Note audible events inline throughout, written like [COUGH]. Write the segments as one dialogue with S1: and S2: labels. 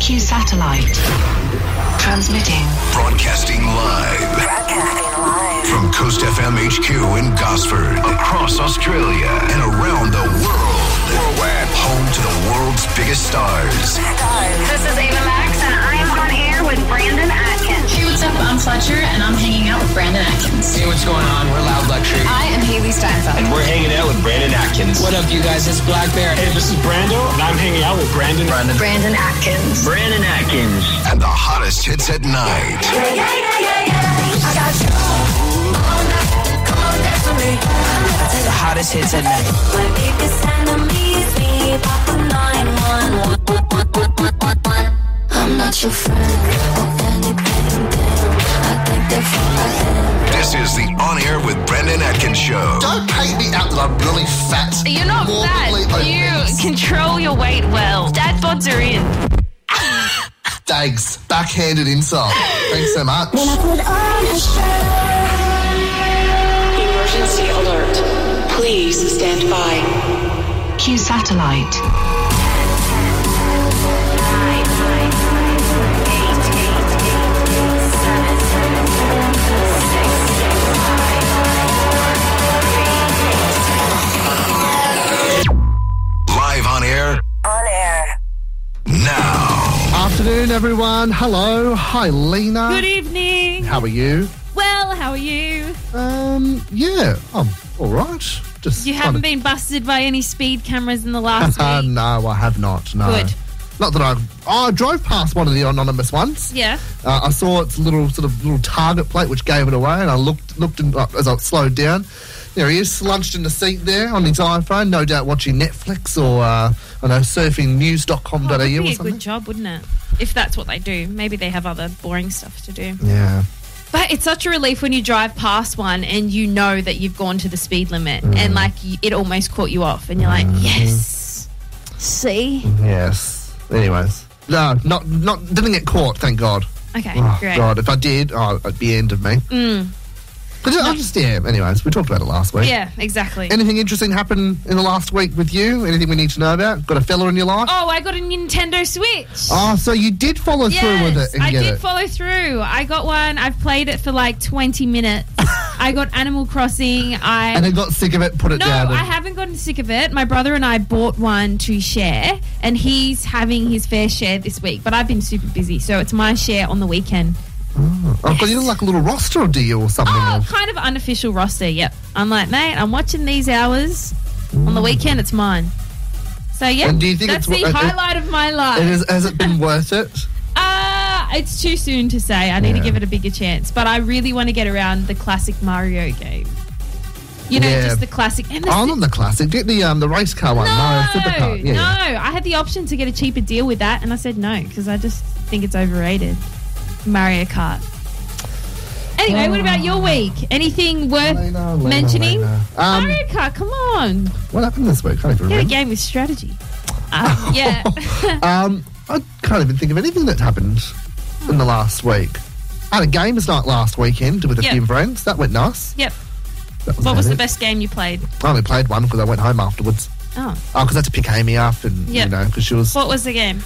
S1: Q Satellite. Transmitting.
S2: Broadcasting live. Broadcasting live. From Coast FM HQ in Gosford, across Australia, and around the world. Worldwide. Home to the world's biggest stars.
S3: This is Ava Max, and I am on air with Brandon Atkins.
S4: Hey, what's up? I'm Fletcher, and I'm hanging out with Brandon Atkins.
S5: Hey, what's going on? We're Loud Luxury.
S6: I am Haley Steinfeld.
S7: And we're hanging out with Brandon Atkins.
S8: What up, you guys? It's Black Bear.
S9: Hey, this is Brando, and I'm hanging out with Brandon.
S10: Brandon. Brandon Atkins.
S11: Brandon Atkins.
S2: And the hottest hits at night. Yeah, yeah, yeah, yeah, I got you.
S12: All night. Come on, dance with me. The hottest hits at night. My biggest enemy is me. Papa 911.
S2: I'm not your friend. This is the On Air with Brendan Atkins show.
S13: Don't paint me out that I'm really fat.
S14: You're not fat. You control your weight well. Dad bods are in.
S13: Thanks. Backhanded insult. Thanks so much.
S15: Emergency alert. Please stand by.
S1: Q Satellite.
S2: on air.
S3: On air.
S2: Now.
S13: Afternoon, everyone. Hello. Hi, Lena.
S16: Good e- evening.
S13: How are you?
S16: Well, how are you?
S13: Um, yeah, I'm all right. Just Uh,
S16: you haven't been busted by any speed cameras in the
S13: [LAUGHS]
S16: last week.
S13: no, I have not. No.
S16: Good.
S13: Not that I, oh, I drove past one of the anonymous ones.
S16: Yeah.
S13: Uh, I saw its little sort of little target plate, which gave it away, and I looked looked in, uh, as I slowed down. There he is, slunched in the seat there on his iPhone, no doubt watching Netflix or, uh, I know, surfingnews.com.au
S16: Oh, it would be
S13: or
S16: a
S13: something.
S16: good job, wouldn't it? If that's what they do. Maybe they have other boring stuff to do.
S13: Yeah.
S16: But it's such a relief when you drive past one and you know that you've gone to the speed limit
S13: Mm.
S16: and like y- it almost caught you off and you're like,
S13: Mm-hmm.
S16: yes, see?
S13: Yes. Anyways. No, not, not, didn't get caught, thank God.
S16: Okay,
S13: Oh,
S16: great.
S13: God, if I did, oh, it'd be the end of me.
S16: Mm,
S13: But I just, yeah, anyways, we talked about it last week.
S16: yeah, exactly.
S13: Anything interesting happen in the last week with you? Anything we need to know about? Got a fella in your life?
S16: oh, I got a Nintendo Switch.
S13: Oh, so you did follow through with it and
S16: I
S13: get
S16: did
S13: it.
S16: follow through. I got one. I've played it for like 20
S13: [LAUGHS]
S16: minutes. I got Animal Crossing. I
S13: and then got sick of it, put it
S16: no,
S13: down. and-
S16: I haven't gotten sick of it. My brother and I bought one to share, and he's having his fair share this week. But I've been super busy, so it's my share on the weekend.
S13: I've got you know, like a little roster deal or something.
S16: Oh, kind of unofficial roster. Yep. I'm like, mate, I'm watching these hours on the weekend. It's mine. So yeah,
S13: And do you think
S16: that's
S13: it's-
S16: the
S13: uh, uh,
S16: highlight of my life.
S13: It is, has
S16: [LAUGHS]
S13: it been worth it?
S16: Uh, it's too soon to say. I need to
S13: Yeah.
S16: give it a bigger chance, but I really want to get around the classic Mario game. You know,
S13: Yeah.
S16: just the classic. And the
S13: Oh, not the classic. Get the um, the race car one.
S16: no,
S13: Mario Supercar. Yeah.
S16: no. I had the option to get a cheaper deal with that, and I said no because I just think it's overrated. Mario Kart. Anyway, what about your week? Anything worth
S13: Oh. Lena, Lena,
S16: mentioning?
S13: Lena. Um,
S16: Mario Kart, come on.
S13: What happened this week? I can't even
S16: Get a
S13: remember.
S16: game with strategy. Um, [LAUGHS] yeah.
S13: [LAUGHS] Um, I can't even think of anything that happened in the last week. I had a games night last weekend with a
S16: Yep.
S13: few friends. That went nice.
S16: yep.
S13: That
S16: What was
S13: about
S16: the
S13: it.
S16: best game you played?
S13: I only played one because I went home afterwards.
S16: Oh.
S13: Oh, because I had to pick Amy up, and
S16: Yep.
S13: you know, because she was.
S16: What was the game?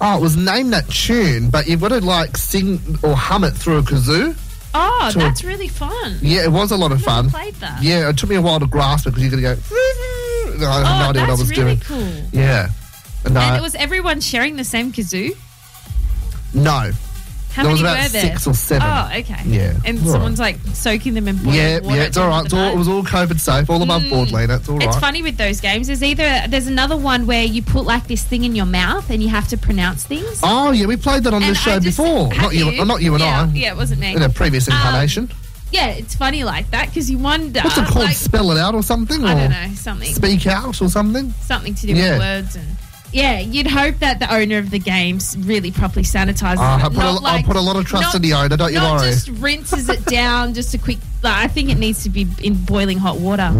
S13: Oh, it was name that tune, but you've got to like sing or hum it through a kazoo.
S16: Oh,
S13: to a-
S16: that's really fun.
S13: Yeah, it was a lot of fun.
S16: played that.
S13: Yeah, it took me a while to grasp it because you're going to go. [LAUGHS] and I had no
S16: Oh,
S13: idea what I
S16: that's
S13: was
S16: really
S13: doing.
S16: cool.
S13: Yeah. And, uh, I-
S16: And it was everyone sharing the same kazoo.
S13: no.
S16: How
S13: There
S16: many
S13: was about
S16: were there?
S13: six or seven.
S16: Oh, okay.
S13: Yeah.
S16: And
S13: All
S16: someone's like soaking them in boiling
S13: Yeah,
S16: water.
S13: yeah, it's all right. It's all, it was all COVID safe, all above board, Lena. It's all right.
S16: Mm. It's funny with those games. There's either there's another one where you put like this thing in your mouth and you have to pronounce things.
S13: Oh yeah, we played that on
S16: And
S13: this
S16: I
S13: show
S16: just-
S13: before.
S16: have
S13: Not you, uh, not you and
S16: yeah,
S13: I.
S16: Yeah, it wasn't me.
S13: In a previous
S16: Um,
S13: incarnation.
S16: yeah, it's funny like that because you wonder.
S13: What's it called?
S16: uh, Like,
S13: Spell it out or something? Or
S16: I don't know something.
S13: Speak out or something?
S16: something to do
S13: Yeah.
S16: with words and yeah, you'd hope that the owner of the games really properly sanitizes
S13: Ah,
S16: it.
S13: I put a-
S16: not
S13: I put a lot of trust in the owner, don't you
S16: not
S13: worry.
S16: just rinses it down, just a quick. Like, I think it needs to be in boiling hot water.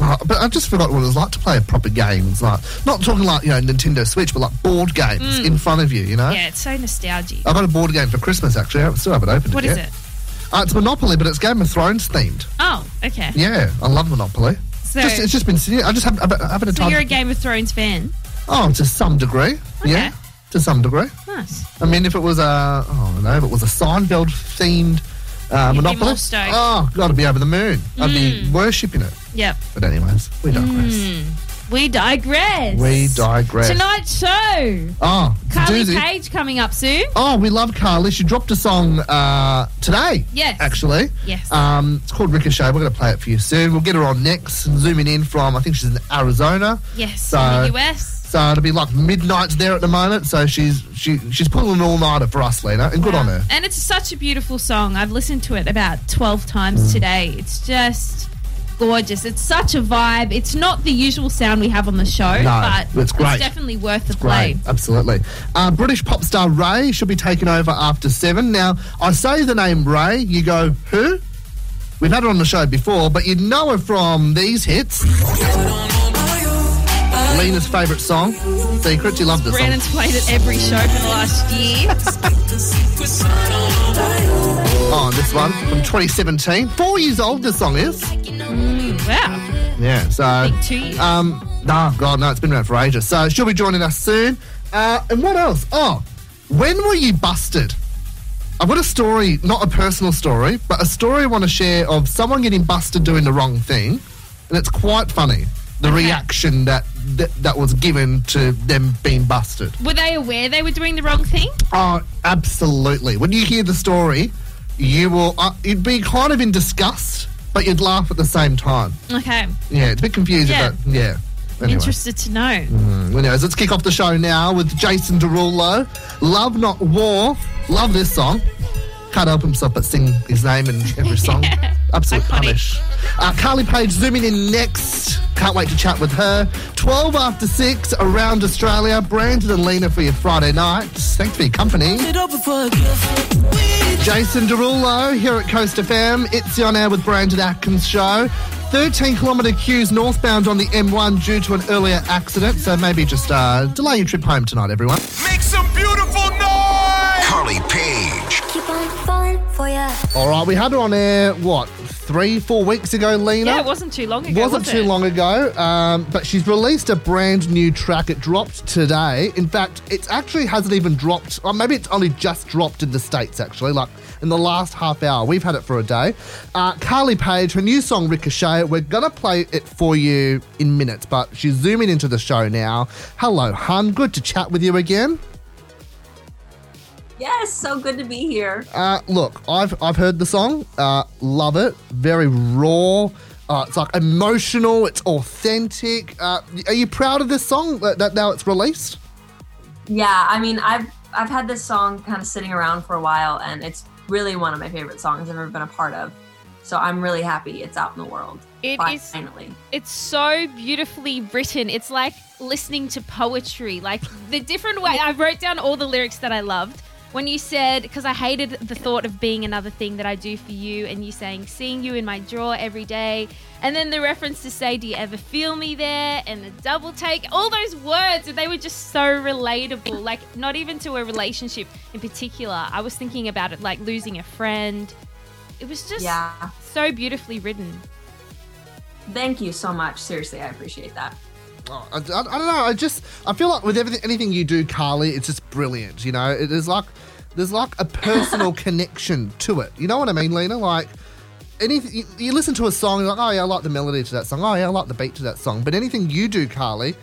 S13: Oh, but I just forgot what it was like to play proper games. Like not talking like you know Nintendo Switch, but like board games in front of you. You know.
S16: Hmm. Yeah, it's so nostalgic.
S13: I got a board game for Christmas actually. I still haven't opened
S16: What
S13: it
S16: is
S13: yet.
S16: it?
S13: Uh, it's Monopoly, but it's Game of Thrones themed.
S16: Oh, okay.
S13: Yeah, I love Monopoly.
S16: So,
S13: just, it's just been sitting. I just haven't, I haven't had a
S16: so
S13: time.
S16: you're a Game of Thrones fan.
S13: Oh, to some degree.
S16: Okay.
S13: Yeah. to some degree.
S16: Nice.
S13: I mean, if it was a, oh, I don't know, if it was a Seinfeld themed
S16: You'd
S13: uh,
S16: be more
S13: Monopoly,
S16: stoked. Hmm.
S13: oh, God, I'd be over the moon. I'd be worshipping it.
S16: Yep.
S13: But anyways, we
S16: Hmm.
S13: digress.
S16: We digress.
S13: We digress.
S16: Tonight's show.
S13: Oh, it's a
S16: Carly
S13: doozy.
S16: Cage coming up soon.
S13: Oh, we love Carly. She dropped a song uh, today.
S16: Yes.
S13: Actually.
S16: Yes.
S13: Um, it's called Ricochet. We're going to play it for you soon. We'll get her on next, zooming in from, I think she's in Arizona.
S16: Yes,
S13: So-
S16: in the US.
S13: So it'll be like midnight there at the moment. So she's she she's pulling an all nighter for us, Lena, and good on her.
S16: And it's such a beautiful song. I've listened to it about 12 times today. It's just gorgeous. It's such a vibe. It's not the usual sound we have on the show,
S13: No,
S16: but
S13: it's great.
S16: definitely worth the
S13: Great,
S16: play.
S13: absolutely. Uh, British pop star Ray should be taking over after seven. Now I say the name Ray, you go who? We've had her on the show before, but you'd know her from these hits. Lena's favourite song, Secret. You love this song.
S16: Brandon's played it every show for the last year.
S13: [LAUGHS] Oh, this one from 2017. Four years old, this song is.
S16: Mm, wow.
S13: Yeah, so.
S16: Big two years.
S13: Um, no, God, no, it's been around for ages. So she'll be joining us soon. Uh, and what else? Oh, when were you busted? I've got a story, not a personal story, but a story I want to share of someone getting busted doing the wrong thing. And it's quite funny the reaction that, that that was given to them being busted.
S16: Were they aware they were doing the wrong thing?
S13: Oh, absolutely. When you hear the story, you will uh, you'd be kind of in disgust, but you'd laugh at the same time.
S16: Okay.
S13: Yeah, it's a bit confusing,
S16: Yeah.
S13: but yeah. Anyway.
S16: Interested to know.
S13: Mm, anyways, let's kick off the show now with Jason Derulo. Love Not War. Love this song. Can't help himself but sing his name in every song. Absolute punish. Uh, Carly Page zooming in next. Can't wait to chat with her. 12 after 6 around Australia. Brandon and Lena for your Friday night. Thanks for your company. Jason Derulo here at Coast FM. It's the on air with Brandon Atkins show. 13 kilometre queues northbound on the M1 due to an earlier accident, so maybe just uh, delay your trip home tonight, everyone.
S2: Make some beautiful noise! Carly Page.
S12: Keep on falling for ya.
S13: All right, we had her on air, what, three, four weeks ago, Lena?
S16: Yeah, it wasn't too long ago.
S13: Wasn't
S16: was
S13: too
S16: it?
S13: long ago, um, but she's released a brand new track. It dropped today. In fact, it actually hasn't even dropped, or maybe it's only just dropped in the States, actually, like in the last half hour. We've had it for a day. Uh, Carly Page, her new song Ricochet, we're going to play it for you in minutes, but she's zooming into the show now. Hello, hun. Good to chat with you again.
S6: Yes, so good to be here.
S13: Uh, look, I've I've heard the song, uh, love it. Very raw. Uh, it's like emotional. It's authentic. Uh, are you proud of this song that, that now it's released?
S6: Yeah, I mean, I've I've had this song kind of sitting around for a while, and it's really one of my favorite songs I've ever been a part of. So I'm really happy it's out in the world.
S16: It
S6: Fi-
S16: is-
S6: finally.
S16: It's so beautifully written. It's like listening to poetry. Like the different way I wrote down all the lyrics that I loved. When you said, because I hated the thought of being another thing that I do for you, and you saying, seeing you in my drawer every day. And then the reference to say, do you ever feel me there? And the double take, all those words, they were just so relatable. Like, not even to a relationship in particular. I was thinking about it, like losing a friend. It was just
S6: Yeah.
S16: so beautifully written.
S6: Thank you so much. Seriously, I appreciate that.
S13: Oh, I, I, I don't know. I just I feel like with everything anything you do, Carly, it's just brilliant. You know, it is like there's like a personal connection to it. You know what I mean, Lena? Like anything you, you listen to a song, you're like, oh yeah, I like the melody to that song. Oh yeah, I like the beat to that song. But anything you do, Carly,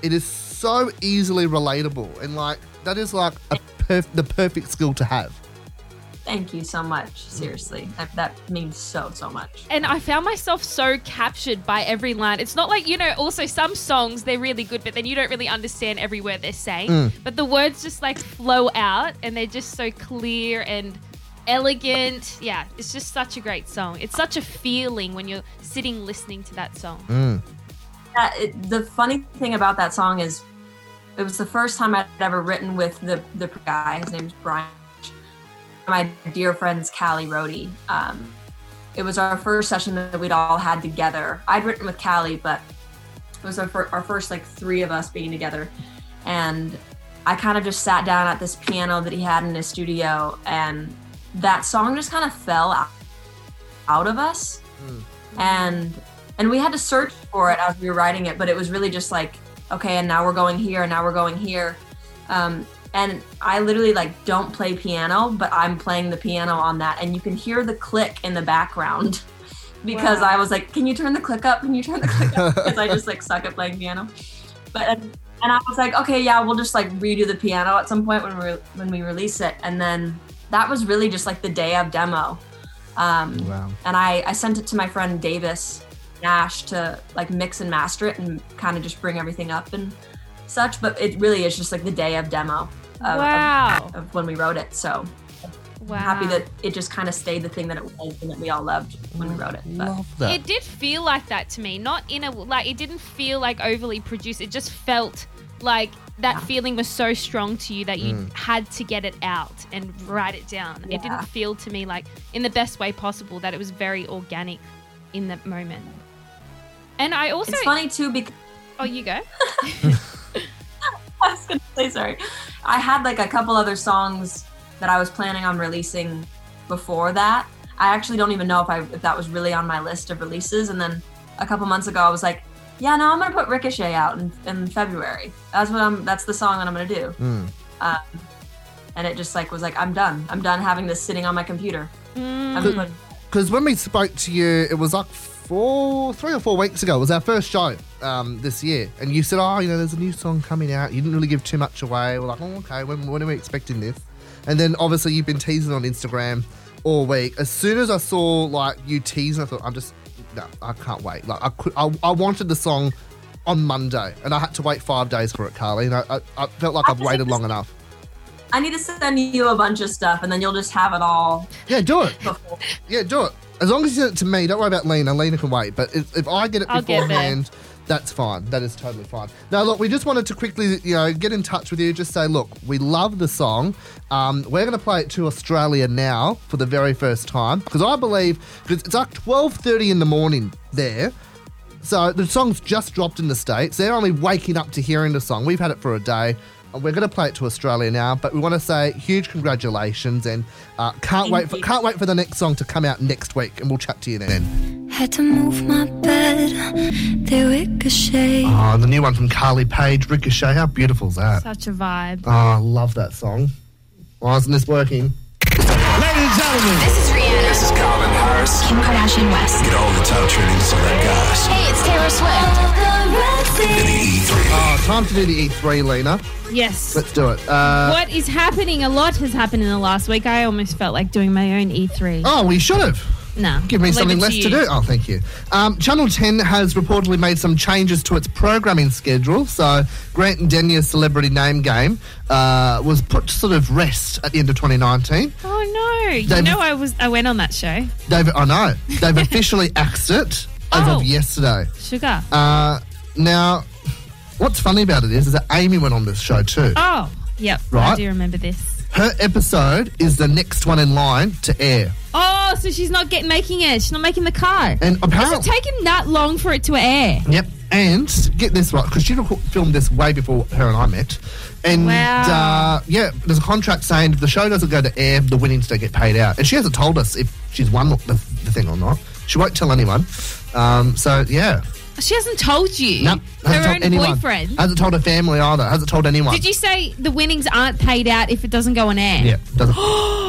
S13: it is so easily relatable, and like that is like a perf- the perfect skill to have.
S6: Thank you so much. Seriously, that, that means so so much.
S16: and I found myself so captured by every line. It's not like, you know, also some songs, they're really good, but then you don't really understand every word they're saying.
S13: Mm.
S16: But the words just like flow out and they're just so clear and elegant. Yeah, it's just such a great song. It's such a feeling when you're sitting listening to that song.
S6: Yeah, it, the funny thing about that song is, it was the first time I'd ever written with the the guy. His name's Brian. My dear friends, Callie Rohde. Um, it was our first session that we'd all had together. I'd written with Callie, but it was our, fir- our first like three of us being together, and I kind of just sat down at this piano that he had in his studio, and that song just kind of fell out, out of us and and we had to search for it as we were writing it but it was really just like okay and now we're going here and now we're going here um, and I literally like don't play piano, but I'm playing the piano on that, and you can hear the click in the background [LAUGHS] because wow. I was like, "Can you turn the click up? Can you turn the click up?" Because I just like suck at playing piano. But and, and I was like, "Okay, yeah, we'll just like redo the piano at some point when we when we release it," and then that was really just like the day of demo. Um, wow. And I I sent it to my friend Davis Nash to like mix and master it and kind of just bring everything up and such. But it really is just like the day of demo. Of, wow. of, of, when we wrote it. So wow. I'm happy that it just kind of stayed the thing that it was and that we all loved when we wrote it. But.
S16: It did feel like that to me. Not in a like it didn't feel like overly produced. It just felt like that yeah. feeling was so strong to you that you mm. had to get it out and write it down. Yeah. It didn't feel to me like in the best way possible that it was very organic in that moment. And I also
S6: It's funny too because
S16: Oh, you go.
S6: [LAUGHS] I was gonna say sorry. I had like a couple other songs that I was planning on releasing before that. I actually don't even know if I if that was really on my list of releases. And then a couple months ago, I was like, yeah, no, I'm gonna put Ricochet out in, in February. That's what I'm. That's the song that I'm gonna do. Mm. Um, and it just like was like, I'm done. I'm done having this sitting on my computer.
S8: Hmm.
S13: Because mm. when we spoke to you, it was like four, three or four weeks ago. It was our first show um, this year, and you said, "Oh, you know, there's a new song coming out." You didn't really give too much away. We're like, "Oh, okay. When, when are we expecting this?" And then obviously you've been teasing on Instagram all week. As soon as I saw like you teasing, I thought, "I'm just no, I can't wait." Like I could, I, I wanted the song on Monday, and I had to wait five days for it, Carly. And I, I, I felt like I have waited long enough.
S6: I need to send you a bunch of stuff, and then you'll just have it all.
S13: Yeah, do [LAUGHS] it. yeah, do it. As long as you send it to me, don't worry about Lena. Lena can wait. But if, if I get it I'll beforehand, it. that's fine. That is totally fine. Now, look, we just wanted to quickly, you know, get in touch with you. Just say, look, we love the song. Um, we're going to play it to Australia now for the very first time because I believe cause it's like twelve thirty in the morning there. So the song's just dropped in the states. They're only waking up to hearing the song. We've had it for a day. We're going to play it to Australia now, but we want to say huge congratulations and uh, can't Thank wait for, you. can't wait for the next song to come out next week, and we'll chat to you then.
S12: Had to move my bed, they ricochet.
S13: Oh, the new one from Carly Page, Ricochet. How beautiful's that?
S16: Such a vibe.
S13: Oh, I love that song. Why isn't this working?
S2: Ladies and gentlemen,
S3: this is Rihanna.
S2: This is Calvin Harris.
S3: Kim Kardashian West.
S2: Get all the top trending celeb guys.
S3: Hey, it's Taylor Swift.
S2: And the E E3.
S13: Oh, time to do the E3, Lena.
S16: Yes.
S13: Let's do it. Uh,
S16: what is happening? A lot has happened in the last week. I almost felt like doing my own E E3.
S13: Oh, we should have.
S16: No.
S13: Give me I'll something to less you. to do. Oh, thank you. Um, Channel 10 has reportedly made some changes to its programming schedule. So, Grant and Denya's celebrity name game uh, was put to sort of rest at the end of 2019.
S16: Oh, no. you They've, know, I was I went on that show.
S13: They've, I know. They've officially axed it as
S16: Oh.
S13: of yesterday.
S16: Sugar.
S13: Uh, now, what's funny about it is, is that Amy went on this show too.
S16: Oh, yep.
S13: Right?
S16: I do remember this.
S13: Her episode is the next one in line to air.
S16: Oh, so she's not get, making it. She's not making the car.
S13: And apparently,
S16: it's taken that long for it to air.
S13: Yep. And get this right, because she reco- filmed this way before her and I met. And
S16: Wow.
S13: uh, yeah, there's a contract saying if the show doesn't go to air, the winnings don't get paid out. And she hasn't told us if she's won the, the thing or not. She won't tell anyone. Um, so yeah,
S16: She hasn't told you.
S13: no, hasn't
S16: her
S13: told
S16: own
S13: anyone.
S16: boyfriend.
S13: Hasn't told her family either. Hasn't told anyone.
S16: Did you say the winnings aren't paid out if it doesn't go on air?
S13: Yeah, doesn't.
S16: [GASPS]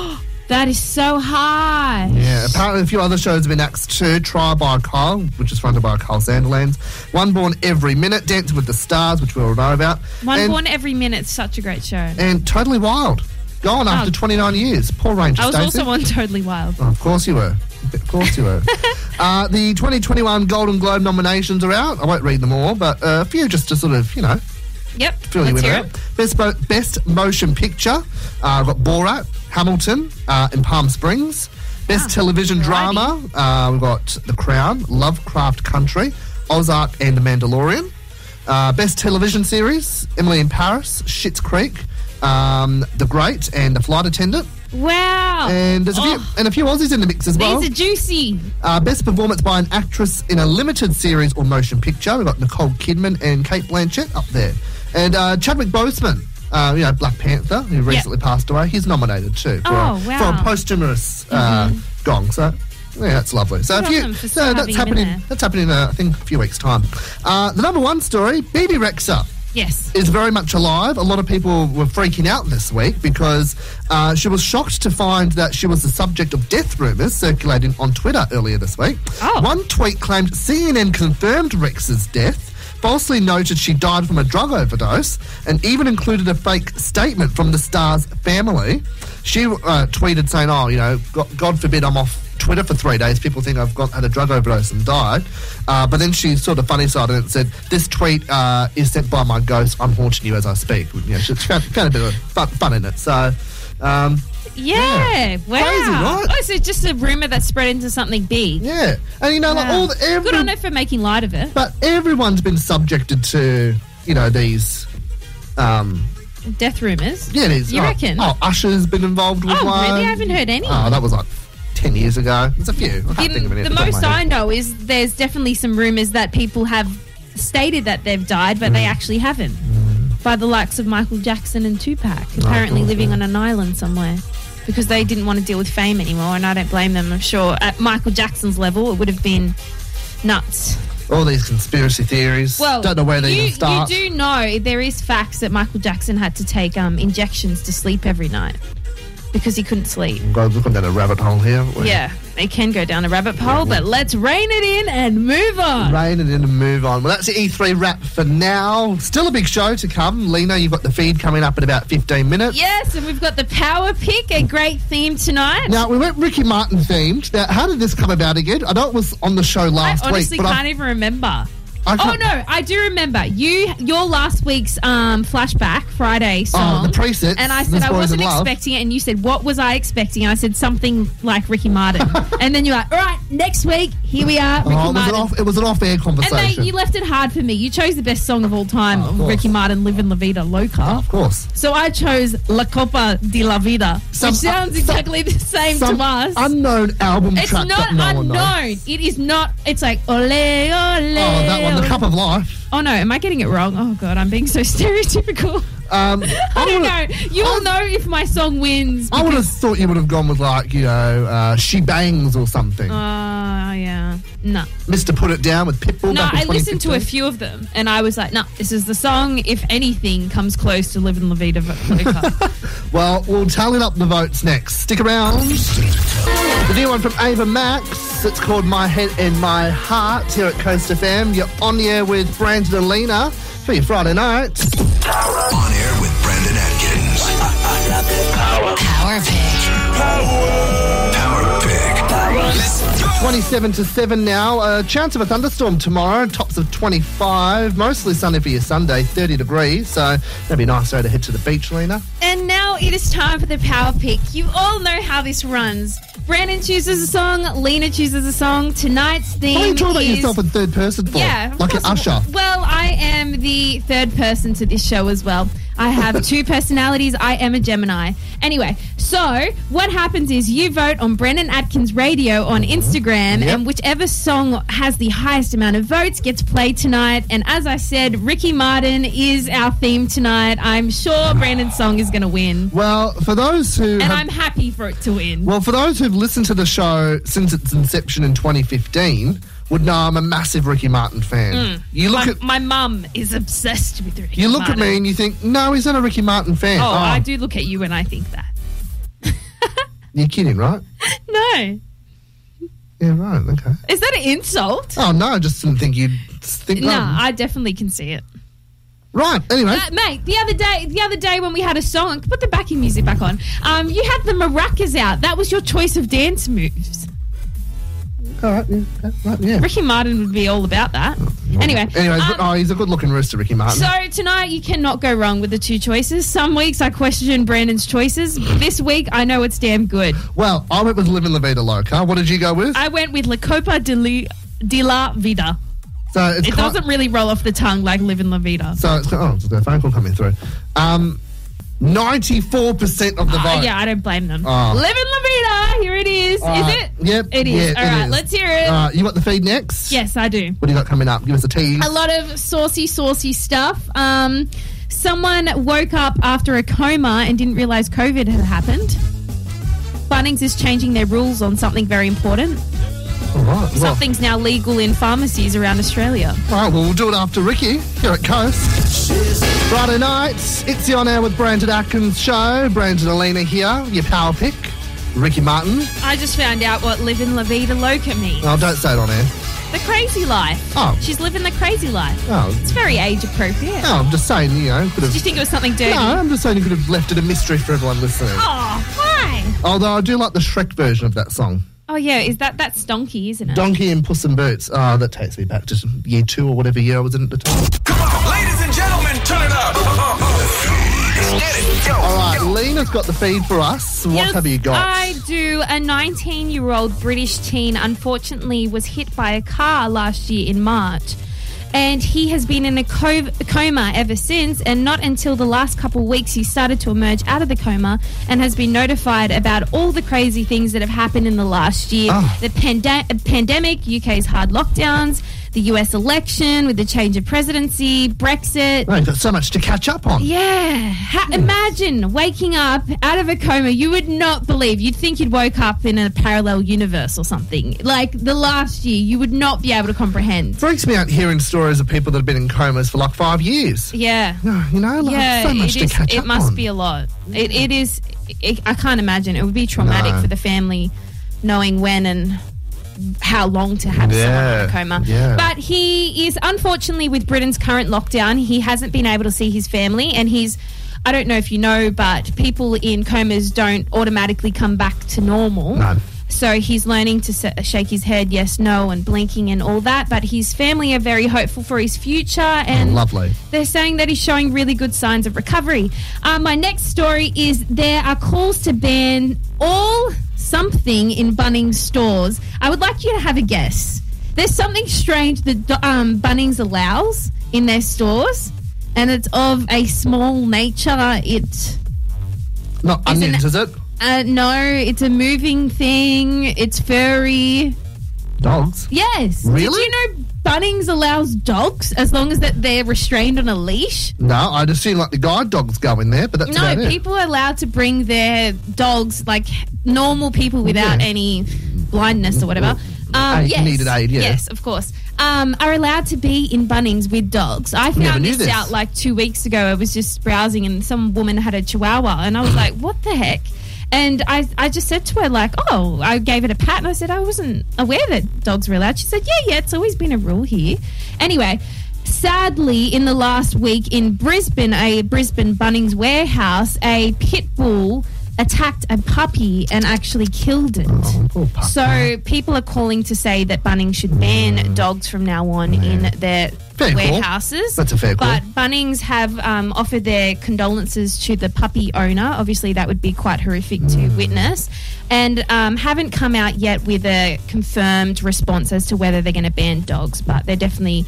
S16: That is so high.
S13: Yeah, apparently a few other shows have been axed too. Trial by Kyle, which is fronted by Kyle Sanderlands. One Born Every Minute, Dancing with the Stars, which we all know about.
S16: One
S13: and,
S16: born every minute's such a great show.
S13: and Totally Wild. Gone after 29 years. Poor
S16: Oh.
S13: Ranger
S16: I was
S13: Stacey.
S16: also on Totally Wild.
S13: Oh, Of course you were. Of course
S16: [LAUGHS]
S13: you were. uh, the 2021 Golden Globe nominations are out. I won't read them all, but uh, a few just to sort of, you know,
S16: Yep.
S13: fill you
S16: let's
S13: in
S16: hear
S13: about.
S16: it.
S13: Best, mo- best Motion Picture. Uh, we've got Borat, Hamilton, uh, and Palm Springs. Best
S16: Ah,
S13: Television Drama. Uh, we've got The Crown, Lovecraft Country, Ozark, and The Mandalorian. Uh, best Television Series. Emily in Paris, Schitt's Creek, um, The Great, and The Flight Attendant.
S16: Wow.
S13: And there's a few, and a few Aussies in the mix as well.
S16: Oh. These are juicy.
S13: Uh, best performance by an actress in a limited series or motion picture. We've got Nicole Kidman and Kate Blanchett up there. And uh, Chadwick Boseman, uh, you know, Black Panther, who recently passed away, he's nominated too for,
S16: Oh,
S13: a,
S16: wow.
S13: for a posthumous uh, gong. So. Yeah, that's lovely. So
S16: Good
S13: if you,
S16: on them for
S13: so
S16: still
S13: that's
S16: having him in
S13: happening.
S16: there.
S13: That's happening. Uh, I think a few weeks time. Uh, the number one story: BB Rexa
S16: Yes.
S13: Is very much alive. A lot of people were freaking out this week because uh, she was shocked to find that she was the subject of death rumours circulating on Twitter earlier this week.
S16: Oh.
S13: One tweet claimed CNN confirmed Rex's death. Falsely noted she died from a drug overdose and even included a fake statement from the star's family. She uh, tweeted saying, Oh, you know, God, God forbid I'm off Twitter for three days. People think I've got had a drug overdose and died. Uh, but then she saw the funny side of it and said, "This tweet uh, is sent by my ghost. I'm haunting you as I speak." You know, she found, found a bit of fun, fun in it. So. Um,
S16: yeah, wow.
S13: Crazy, right?
S16: Oh, so just a rumor that spread into something big.
S13: yeah, and you know, like
S16: Wow.
S13: all the, every,
S16: Good on her for making light of it.
S13: but everyone's been subjected to you know these, um,
S16: Death rumors.
S13: yeah, these.
S16: You
S13: oh,
S16: reckon?
S13: Oh, Usher's been involved with
S16: Oh,
S13: one.
S16: really? I haven't heard any.
S13: Oh, that was like ten years ago. There's a few. I can't
S16: The,
S13: think of any.
S16: the
S13: off top of
S16: most
S13: my head.
S16: I know is there's definitely some rumors that people have stated that they've died, but
S13: Mm.
S16: they actually haven't. By the likes of Michael Jackson and Tupac, apparently
S13: God,
S16: living
S13: yeah.
S16: on an island somewhere because they didn't want to deal with fame anymore, and I don't blame them. I'm sure at Michael Jackson's level, it would have been nuts.
S13: All these conspiracy theories.
S16: Well,
S13: don't know where they
S16: you,
S13: even start.
S16: You do know there is facts that Michael Jackson had to take um, injections to sleep every night because he couldn't sleep.
S13: Go looking down a rabbit hole here. haven't we?
S16: Yeah, it can go down a rabbit hole, but let's rein it in and move on.
S13: Rain it in and move on. Well, that's the E3 wrap for now. Still a big show to come. Lena, you've got the feed coming up in about 15 minutes.
S16: Yes, and we've got the power pick, a great theme tonight.
S13: Now, we went Ricky Martin themed. Now, how did this come about again? I know it was on the show
S16: I
S13: last
S16: honestly
S13: week, but
S16: can't
S13: I,
S16: even remember.
S13: I
S16: Oh
S13: can't-
S16: no, I do remember you. Your last week's um, flashback Friday song,
S13: Oh, the presets,
S16: and I
S13: This
S16: said I
S13: Boy's in
S16: wasn't
S13: Love.
S16: expecting it, and you said what was I expecting? And I said something like Ricky
S13: [LAUGHS]
S16: Martin, and then you're like, all right, next week here we are, Ricky
S13: Oh, it, was an
S16: Martin.
S13: off, it was an off-air
S16: and they,
S13: conversation. Oh,
S16: you left it hard for me. You chose the best song of all time,
S13: course.
S16: Ricky Martin, "Livin' La Vida Loca."
S13: of course.
S16: So I chose La Copa de la Vida,
S13: Some- uh,
S16: which sounds
S13: some-
S16: exactly the same
S13: Some
S16: to us.
S13: unknown album
S16: It's
S13: track
S16: not
S13: that no one
S16: unknown.
S13: knows.
S16: It is not. It's like ole ole.
S13: Oh, that one, The Cup of Life.
S16: Oh no, am I getting it wrong? Oh god, I'm being so [LAUGHS] stereotypical.
S13: Um,
S16: [LAUGHS] I don't
S13: would've-
S16: know. You'll know if my song wins.
S13: I would have
S16: because-
S13: thought you would have gone with, like, you know, uh, She Bangs or something.
S16: Oh yeah, no,
S13: Mr. Put It Down with Pitbull.
S16: no.
S13: back in
S16: I listened to a
S13: 2015.
S16: few of them, and I was like, no, this is the song. If anything comes close to "Living La Vida
S13: [LAUGHS]
S16: Loca,"
S13: Well, we'll tally up the votes next. Stick around. The new one from Ava Max. It's called My Head and My Heart here at Coast FM. You're on the air with Brandon and Lena for your Friday night.
S2: On air with Brandon Atkins.
S1: Power pick.
S2: Power pick.
S13: 27 to 7 now. A chance of a thunderstorm tomorrow. Tops of 25. Mostly sunny for your Sunday. 30 degrees. So that'd be a nice day to head to the beach, Lena.
S16: and now it is time for the power pick. You all know how this runs. Brandon chooses a song. Lena chooses a song. Tonight's theme
S13: Why are you talking about
S16: is
S13: yourself in third person for?
S16: Yeah, of
S13: Like an
S16: course.
S13: usher.
S16: Well, I am the third person to this show as well. I
S13: [LAUGHS]
S16: have two personalities. I am a Gemini. Anyway, so what happens is you vote on Brennan Atkins Radio on Instagram,
S13: Mm-hmm. Yep.
S16: and whichever song has the highest amount of votes gets played tonight. And as I said, Ricky Martin is our theme tonight. I'm sure Brandon's song is going to win,
S13: Well, for those who
S16: and
S13: have
S16: I'm happy for it to win.
S13: Well, for those who've listened to the show since its inception in 2015, would know I'm a massive Ricky Martin fan.
S16: Hmm.
S13: You look
S16: my,
S13: at
S16: my mum is obsessed with Ricky.
S13: you look
S16: Martin.
S13: at me and you think, no, he's not a Ricky Martin fan.
S16: Oh, I do look at you when I think that.
S13: You're kidding, right?
S16: No.
S13: Yeah, right. Okay.
S16: Is that an insult?
S13: Oh no, I just didn't think you'd think
S16: No,
S13: that.
S16: I definitely can see it.
S13: Right. Anyway,
S16: Uh, mate, the other day, the other day when we had a song, put the backing music back on. Um, you had the maracas out. That was your choice of dance moves.
S13: all right. Yeah, yeah, right. Yeah.
S16: Ricky Martin would be all about that. Anyway,
S13: Anyway,
S16: um,
S13: oh, he's a good-looking rooster, Ricky Martin.
S16: so tonight you cannot go wrong with the two choices. Some weeks I question Brandon's choices. This week I know it's damn good.
S13: well, I went with Living La Vida Loca. What did you go with?
S16: I went with La Copa de, Li- de la Vida.
S13: so it's
S16: It
S13: quite-
S16: doesn't really roll off the tongue like Living La Vida.
S13: So it's oh, there's a phone call coming through. Um, ninety-four percent of the vote.
S16: Oh, yeah, I don't blame them.
S13: Oh.
S16: Living La Vida. Here it is.
S13: All
S16: is
S13: right.
S16: it?
S13: Uh, Yep.
S16: It
S13: yeah,
S16: is. All right, let's hear it.
S13: Uh, you want the feed next?
S16: Yes, I do.
S13: What do you got coming up? Give us a tease.
S16: A lot of saucy, saucy stuff. Um, someone woke up after a coma and didn't realize COVID had happened. Bunnings is changing their rules on something very important.
S13: All right. Well,
S16: Something's now legal in pharmacies around Australia.
S13: all right, well, we'll do it after Ricky here at Coast. Friday nights, it's the On Air with Brandon Atkins show. Brandon Alina here, your power pick. Ricky Martin.
S16: I just found out what living La Vida Loca means.
S13: Oh, don't say it on air.
S16: The crazy life.
S13: Oh.
S16: She's living the crazy life.
S13: Oh.
S16: It's very age appropriate.
S13: No, I'm just saying, you know, could
S16: Did
S13: have.
S16: you think it was something dirty?
S13: Oh. No, I'm just saying you could have left it a mystery for everyone listening.
S16: Oh, why?
S13: Although I do like the Shrek version of that song.
S16: Oh, yeah, is that that's donkey, isn't it?
S13: Donkey in Puss in Boots. Ah, that takes me back to year two or whatever year I was in at the time.
S2: Ladies and gentlemen, turn it up. Let's get it. Go.
S13: All right, Lena's got the feed for us. What
S16: Yes,
S13: have you got?
S16: I do. A 19 year old British teen unfortunately was hit by a car last year in March. And he has been in a co- coma ever since. And not until the last couple of weeks he started to emerge out of the coma and has been notified about all the crazy things that have happened in the last year
S13: Oh.
S16: the panda- pandemic, UK's hard lockdowns, the US election with the change of presidency, Brexit.
S13: Oh, you've got so much to catch up on.
S16: Yeah. Ha- imagine waking up out of a coma. You would not believe. You'd think you'd woke up in a parallel universe or something. Like the last year, you would not be able to comprehend.
S13: Freaks me out hearing stories of people that have been in comas for like five years.
S16: Yeah.
S13: No, You know, like
S16: Yeah,
S13: so much
S16: it,
S13: to
S16: is,
S13: catch
S16: it
S13: up
S16: must
S13: on.
S16: be a lot. It, it is. It, I can't imagine. It would be traumatic
S13: No.
S16: for the family knowing when and how long to have
S13: Yeah,
S16: someone in a coma.
S13: yeah.
S16: But he is, unfortunately, with Britain's current lockdown, he hasn't been able to see his family and he's. I don't know if you know, but people in comas don't automatically come back to normal.
S13: No.
S16: So he's learning to s- shake his head, yes, no, and blinking and all that. But his family are very hopeful for his future. And
S13: Oh, Lovely.
S16: they're saying that he's showing really good signs of recovery. Uh, my next story is there are calls to ban all something in Bunnings stores. I would like you to have a guess. There's something strange that um, Bunnings allows in their stores, and it's of a small nature. It
S13: Not
S16: Isn't
S13: onions,
S16: it-
S13: is it?
S16: uh, no, it's a moving thing. It's furry.
S13: Dogs.
S16: Yes.
S13: Really?
S16: Did you know Bunnings allows dogs as long as that they're restrained on a leash?
S13: No, I'd assume like the guide dogs go in there, but that's
S16: No,
S13: about it.
S16: people are allowed to bring their dogs like normal people without
S13: Yeah.
S16: any blindness or whatever. Um,
S13: Aid-
S16: yes,
S13: needed aid, yeah.
S16: Yes, of course. Um, are allowed to be in Bunnings with dogs. I
S13: Never
S16: found
S13: knew
S16: this,
S13: this.
S16: out like two weeks ago. I was just browsing and some woman had a chihuahua and I was like, what the heck? And I, I just said to her, like, oh, I gave it a pat and I said, I wasn't aware that dogs were allowed. She said, yeah, yeah, it's always been a rule here. Anyway, sadly, in the last week in Brisbane, a Brisbane Bunnings warehouse, a pit bull attacked a puppy and actually killed it.
S13: Poor pup.
S16: So people are calling to say that Bunnings should ban dogs from now on in their
S13: Hmm. Fair call.
S16: warehouses.
S13: That's a fair call.
S16: But Bunnings have um, offered their condolences to the puppy owner. Obviously, that would be quite horrific to
S13: Hmm.
S16: witness, and um, haven't come out yet with a confirmed response as to whether they're going to ban dogs. But they're definitely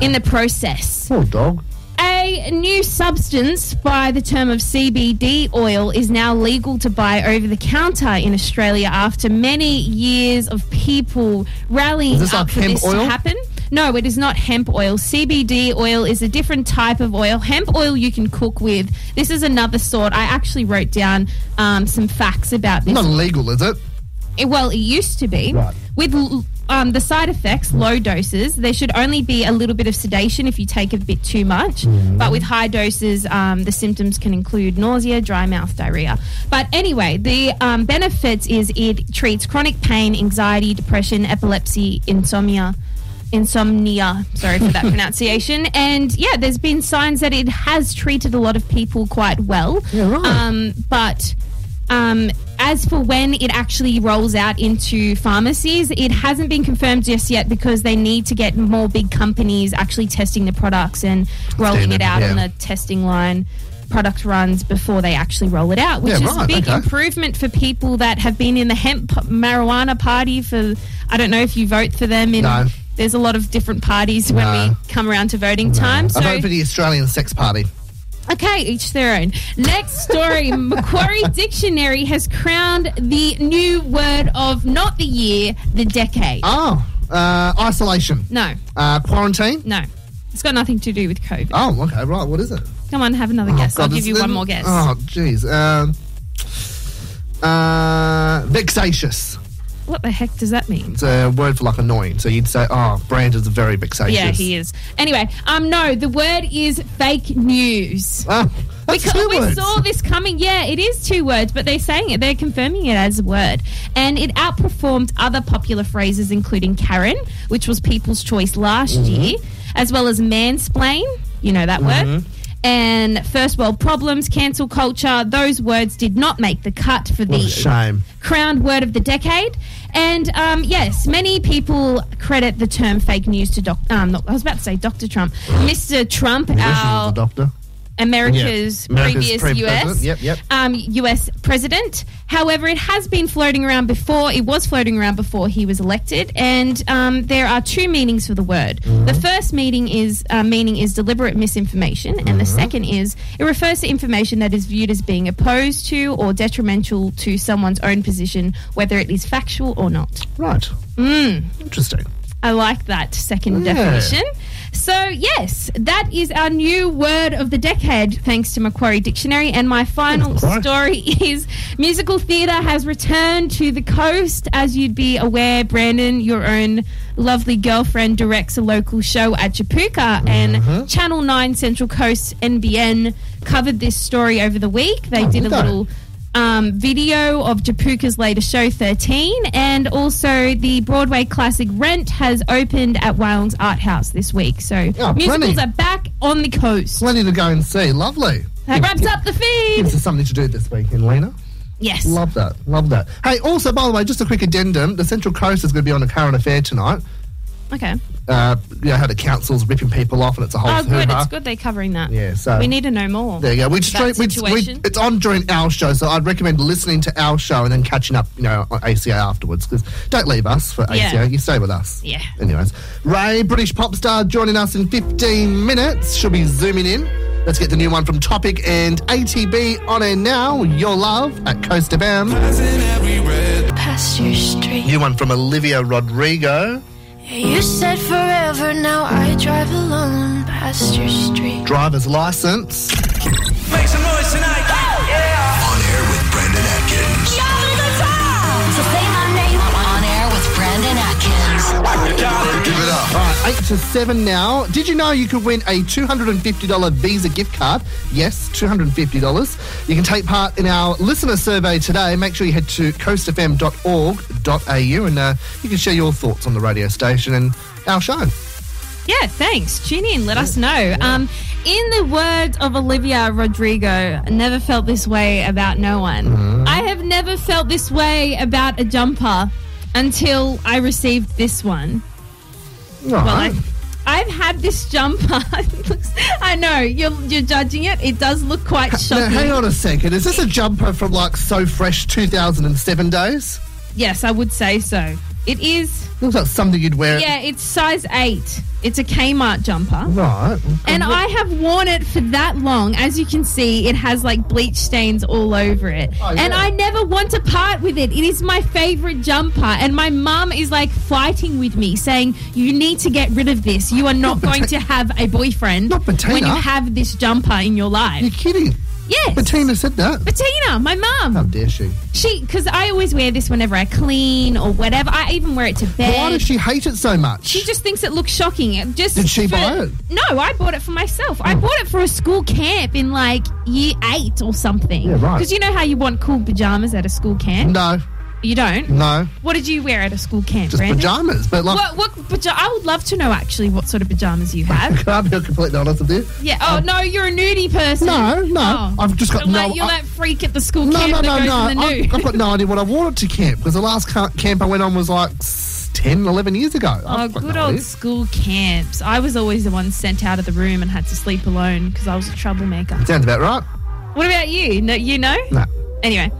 S16: in the process.
S13: Poor dog.
S16: A new substance by the term of CBD oil is now legal to buy over the counter in Australia after many years of people rallying
S13: Is this
S16: up
S13: like
S16: for
S13: hemp
S16: this
S13: oil?
S16: to happen. No, it is not hemp oil. CBD oil is a different type of oil. Hemp oil you can cook with. This is another sort. I actually wrote down um, some facts about this.
S13: Not illegal, is it?
S16: It- well, it used to be.
S13: Right.
S16: With l- um, the side effects, low doses, there should only be a little bit of sedation if you take a bit too much.
S13: Mm-hmm.
S16: But with high doses, um, the symptoms can include nausea, dry mouth, diarrhea. But anyway, the um, benefits is it treats chronic pain, anxiety, depression, epilepsy, insomnia. Insomnia, sorry
S13: [LAUGHS]
S16: for that pronunciation. And yeah, there's been signs that it has treated a lot of people quite well.
S13: Yeah, right.
S16: Um, but um, as for when it actually rolls out into pharmacies, it hasn't been confirmed just yet because they need to get more big companies actually testing the products and rolling
S13: Standard,
S16: it out on
S13: yeah.
S16: the testing line product runs before they actually roll it out, which
S13: Yeah,
S16: is
S13: right,
S16: a big
S13: okay.
S16: improvement for people that have been in the hemp marijuana party for I don't know if you vote for them in
S13: No.
S16: there's a lot of different parties when
S13: No.
S16: we come around to voting time. So
S13: I vote for the Australian sex party.
S16: Okay, each their own. Next
S13: [LAUGHS]
S16: story Macquarie Dictionary has crowned the new word of not the year, the decade.
S13: Oh, uh, isolation.
S16: No,
S13: Uh, quarantine.
S16: no. It's got nothing to do with COVID.
S13: Oh, okay, right. What is it?
S16: Come on, have another guess.
S13: Oh, God,
S16: I'll give
S13: this-
S16: you one more guess.
S13: Oh, jeez. Um, uh, vexatious.
S16: What the heck does that mean?
S13: It's a word for like annoying. So you'd say, oh, Brandon's very vexatious.
S16: Yeah, he is. Anyway, um, no, the word is fake news.
S13: Ah, that's
S16: because
S13: two
S16: we
S13: words.
S16: saw this coming. Yeah, it is two words, but they're saying it. They're confirming it as a word, and it outperformed other popular phrases, including Karen, which was People's Choice last
S13: Mhm.
S16: year, as well as mansplain. You know that
S13: Mhm.
S16: word. And first world problems, cancel culture. Those words did not make the cut for
S13: What
S16: the
S13: a shame.
S16: crowned word of the decade. And um, yes, many people credit the term fake news to Doc. Um, not, I was about to say Dr. Trump, Mr. Trump,
S13: He wishes he was
S16: our
S13: a doctor.
S16: America's
S13: Yeah. America's
S16: previous
S13: pre-
S16: US
S13: president. Yep, yep.
S16: Um, US president. However, it has been floating around before. It was floating around before he was elected, and um, there are two meanings for the word.
S13: Mm-hmm.
S16: The first meaning is uh, meaning is deliberate misinformation, and the
S13: Mm-hmm.
S16: second is it refers to information that is viewed as being opposed to or detrimental to someone's own position, whether it is factual or not.
S13: Right.
S16: Mm.
S13: Interesting.
S16: I like that second
S13: Yeah.
S16: definition. So, yes, that is our new word of the decade, thanks to Macquarie Dictionary. And my final story [LAUGHS] is musical theatre has returned to the coast. As you'd be aware, Brandon, your own lovely girlfriend, directs a local show at Chapuka. And Channel 9 Central Coast NBN covered this story over the week. They
S8: Oh,
S16: did a
S8: did they?
S16: little um, video of Japuka's latest show, 13, and also the Broadway classic Rent has opened at Wales Art House this week. So
S13: Oh,
S16: musicals
S13: plenty.
S16: are back on the coast.
S13: Plenty to go and see. Lovely.
S16: That wraps up the feed.
S13: Gives us something to do this weekend, Lena.
S16: Yes.
S13: Love that. Love that. Hey, also, by the way, just a quick addendum. The Central Coast is going to be on a current affair tonight.
S16: Okay.
S13: Uh, you know how the council's ripping people off and it's a whole
S16: Oh, good.
S13: hoo-ha.
S16: It's good they're covering that.
S13: Yeah, so-
S16: we need to know more.
S13: There you go. We just
S16: about
S13: we, we,
S16: situation.
S13: it's on during our show, so I'd recommend listening to our show and then catching up, you know, on ACA afterwards. Because don't leave us for
S16: Yeah.
S13: ACA. You stay with us.
S16: Yeah.
S13: Anyways, Ray, British pop star, joining us in 15 minutes. She'll be zooming in. Let's get the new one from Topic and ATB on air now. Your love at Coast of M.
S12: Past your street.
S13: New one from Olivia Rodrigo.
S12: You said forever, now I drive alone past your street.
S13: Driver's license.
S12: Make some noise tonight.
S2: On air with Brandon Atkins.
S1: So say my name on air with Brandon Atkins.
S2: Give it up.
S13: All right, eight to seven now. Did you know you could win a two hundred and fifty dollar Visa gift card? Yes, two hundred and fifty dollars. You can take part in our listener survey today. Make sure you head to coastfm.org.au and uh, you can share your thoughts on the radio station and our show.
S16: Yeah, thanks. Tune in. Let us know. Um, in the words of Olivia Rodrigo, I never felt this way about no one.
S13: Mm-hmm.
S16: I have never felt this way about a jumper until I received this one. Well, I, I've had this jumper. [LAUGHS] It looks- I know you're, you're judging it. It does look quite
S13: Now,
S16: shocking.
S13: hang on a second. Is this a jumper from like So Fresh two thousand and seven days?
S16: Yes, I would say so. It is.
S13: Looks like something you'd wear.
S16: Yeah, it's size eight. It's a Kmart jumper.
S13: Right.
S16: And I have worn it for that long. As you can see, it has like bleach stains all over it.
S12: Oh, yeah.
S16: And I never want to part with it. It is my favorite jumper. And my mum is like fighting with me, saying, You need to get rid of this. You are not, going to have a boyfriend when you
S13: Bettina.
S16: have this jumper in your life. You're
S13: kidding.
S16: Yes.
S13: Bettina Oh. said that.
S16: Bettina, my mum.
S13: How dare she?
S16: She, because I always wear this whenever I clean or whatever. I even wear it to bed.
S13: Why does she hate it so much?
S16: She just thinks it looks shocking. It Just
S13: Did she
S16: for-
S13: buy it?
S16: No, I bought it for myself. I bought it for a school camp in like year eight or something.
S13: Yeah, right.
S16: Because you know how you want cool pajamas at a school camp.
S13: No.
S16: You don't.
S13: No.
S16: What did you wear at a school camp?
S13: Just
S16: Brandon?
S13: pajamas, but like-
S16: what? What? Paja- I would love to know actually what sort of pajamas you
S13: [LAUGHS]
S16: have.
S13: Can I be completely honest with you?
S16: yeah. Oh no, you're a nudie person.
S13: No, no.
S16: Oh.
S13: I've just got
S16: you're
S13: no-
S16: Like, you're
S13: I-
S16: that freak at the school
S13: No,
S16: camp
S13: no,
S16: that
S13: no,
S16: goes
S13: no.
S16: in the nude.
S13: I've, I've got no idea what I wanted to camp because the last ca- camp I went on was like 10, 11 years ago.
S16: Oh,
S13: I've got
S16: good
S13: no
S16: old
S13: idea.
S16: school camps. I was always the one sent out of the room and had to sleep alone because I was a troublemaker.
S13: Sounds about right.
S16: What about you? No, you know?
S13: No.
S16: Anyway,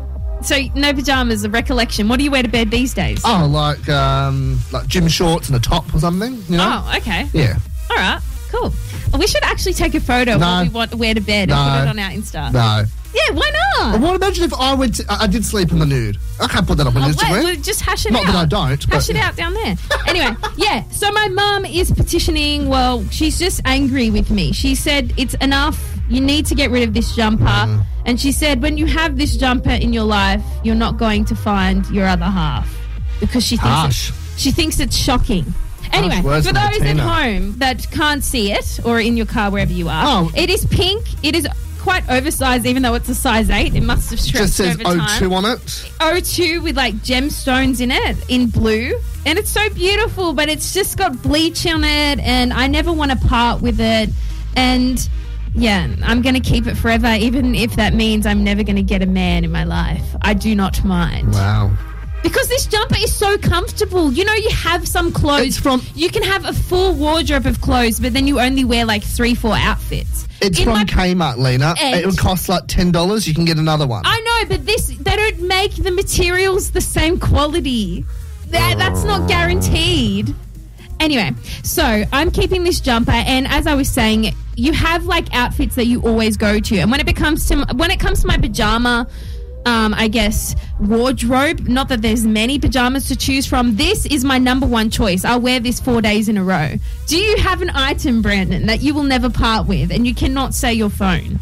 S16: so no pajamas, a recollection. What do you wear to bed these days?
S13: Oh, like um, like gym shorts and a top or something, you know?
S16: Oh, okay.
S13: Yeah.
S16: All right. Cool. Well, we should actually take a photo of
S13: No.
S16: what we want to wear to bed and put it
S13: No.
S16: on our Insta.
S13: No.
S16: Yeah, why
S13: Well,
S16: not?
S13: what imagine if I went? I I did sleep in the nude. I can't put that up on
S16: Oh,
S13: Instagram.
S16: wait, well, just hash it
S13: Not
S16: out.
S13: that I don't,
S16: Hash
S13: but-
S16: it out down there. anyway, [LAUGHS] yeah. So my mum is petitioning. Well, she's just angry with me. She said it's enough. You need to get rid of this jumper. And she said when you have this jumper in your life, you're not going to find your other half. because she thinks
S13: Harsh.
S16: It's, she thinks it's shocking. Anyway,
S13: words
S16: for
S13: from
S16: those at
S13: Tina.
S16: home that can't see it or in your car wherever you are,
S13: Oh.
S16: it is pink. It is quite oversized, even though it's a size eight. It must have
S13: Just
S16: stretched
S13: says oh
S16: over time.
S13: O2 on it.
S16: O2 with like gemstones in it in blue. And it's so beautiful, but it's just got bleach on it, and I never want to part with it. And yeah, I'm going to keep it forever, even if that means I'm never going to get a man in my life. I do not mind.
S13: Wow.
S16: Because this jumper is so comfortable. You know, you have some clothes. from you can have a full wardrobe of clothes, but then you only wear like three, four outfits.
S13: It's
S16: In
S13: from
S16: my-
S13: Kmart, Lena.
S16: And-
S13: it would cost like ten dollars. You can get another one.
S16: I know, but this they don't make the materials the same quality. That, that's not guaranteed. Anyway, so I'm keeping this jumper, and as I was saying, you have like outfits that you always go to, and when it becomes to when it comes to my pajama. Um, I guess wardrobe. Not that there's many pajamas to choose from. This is my number one choice. I'll wear this four days in a row. Do you have an item, Brandon, that you will never part with, and you cannot say your phone?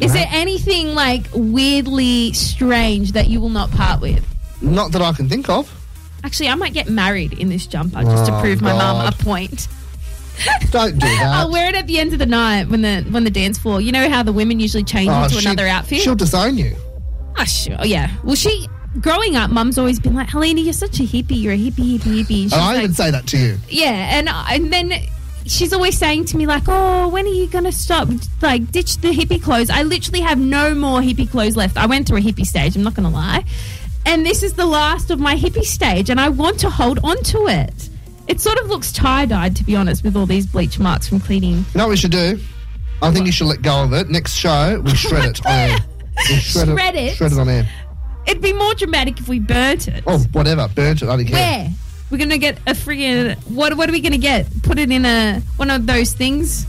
S16: Is there anything like weirdly strange that you will not part with?
S13: Not that I can think of.
S16: Actually, I might get married in this jumper just to
S13: Oh,
S16: prove my mum
S13: God.
S16: a point. [LAUGHS]
S13: Don't do that.
S16: I'll wear it at the end of the night when the when the dance floor. You know how the women usually change
S13: Oh,
S16: into
S13: she-
S16: another outfit.
S13: She'll disown you.
S16: Oh, sure, yeah. Well, she growing up, mum's always been like, Helena, you're such a hippie. You're a hippie, hippie, hippie. She's
S13: And Oh, I
S16: like,
S13: even say that
S16: [LAUGHS]
S13: to you.
S16: Yeah, and uh, and then she's always saying to me like, "Oh, when are you gonna stop? Like, ditch the hippie clothes." I literally have no more hippie clothes left. I went through a hippie stage. I'm not gonna lie, and this is the last of my hippie stage, and I want to hold on to it. It sort of looks tie dyed, to be honest, with all these bleach marks from cleaning.
S13: You know what we should do? I think you should let go of it. Next show,
S16: [LAUGHS]
S13: we shred it on air. We'll shred,
S16: Shred it?
S13: Shred it on air.
S16: It'd be more dramatic if we burnt it.
S13: Oh, whatever. Burnt it. I don't care.
S16: Where? We're gonna get a friggin' what? What are we gonna get? Put it in a one of those things.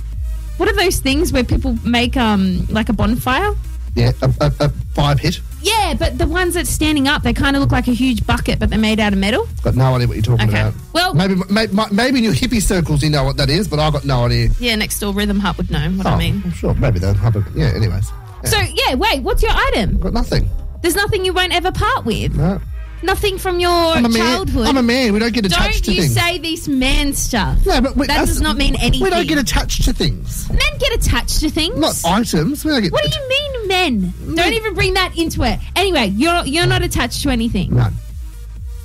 S16: What are those things where people make um like a bonfire?
S13: Yeah, a, a, a fire pit.
S16: Yeah, but the ones that's standing up, they kind of look like a huge bucket, but they're made out of metal.
S13: Got no idea what you're talking
S16: Okay.
S13: about.
S16: Well-
S13: maybe maybe, maybe in your hippie circles you know what that is, but I got no idea.
S16: Yeah, next door Rhythm Hut would know what
S13: oh,
S16: I mean.
S13: am sure. Maybe they'll have a. Yeah. Anyways,
S16: So yeah, wait, what's your item?
S13: got nothing.
S16: There's nothing you won't ever part with.
S13: No.
S16: Nothing from your
S13: I'm a man.
S16: childhood.
S13: I'm a man. We don't get attached
S16: Don't
S13: to
S16: you
S13: things.
S16: say this man stuff.
S13: No, but we,
S16: that
S13: us-
S16: does not mean anything.
S13: We don't get attached to things.
S16: Men get attached to things.
S13: Not items. We don't get.
S16: what do you mean, men? Don't even bring that into it. Anyway, you're you're not attached to anything.
S13: No.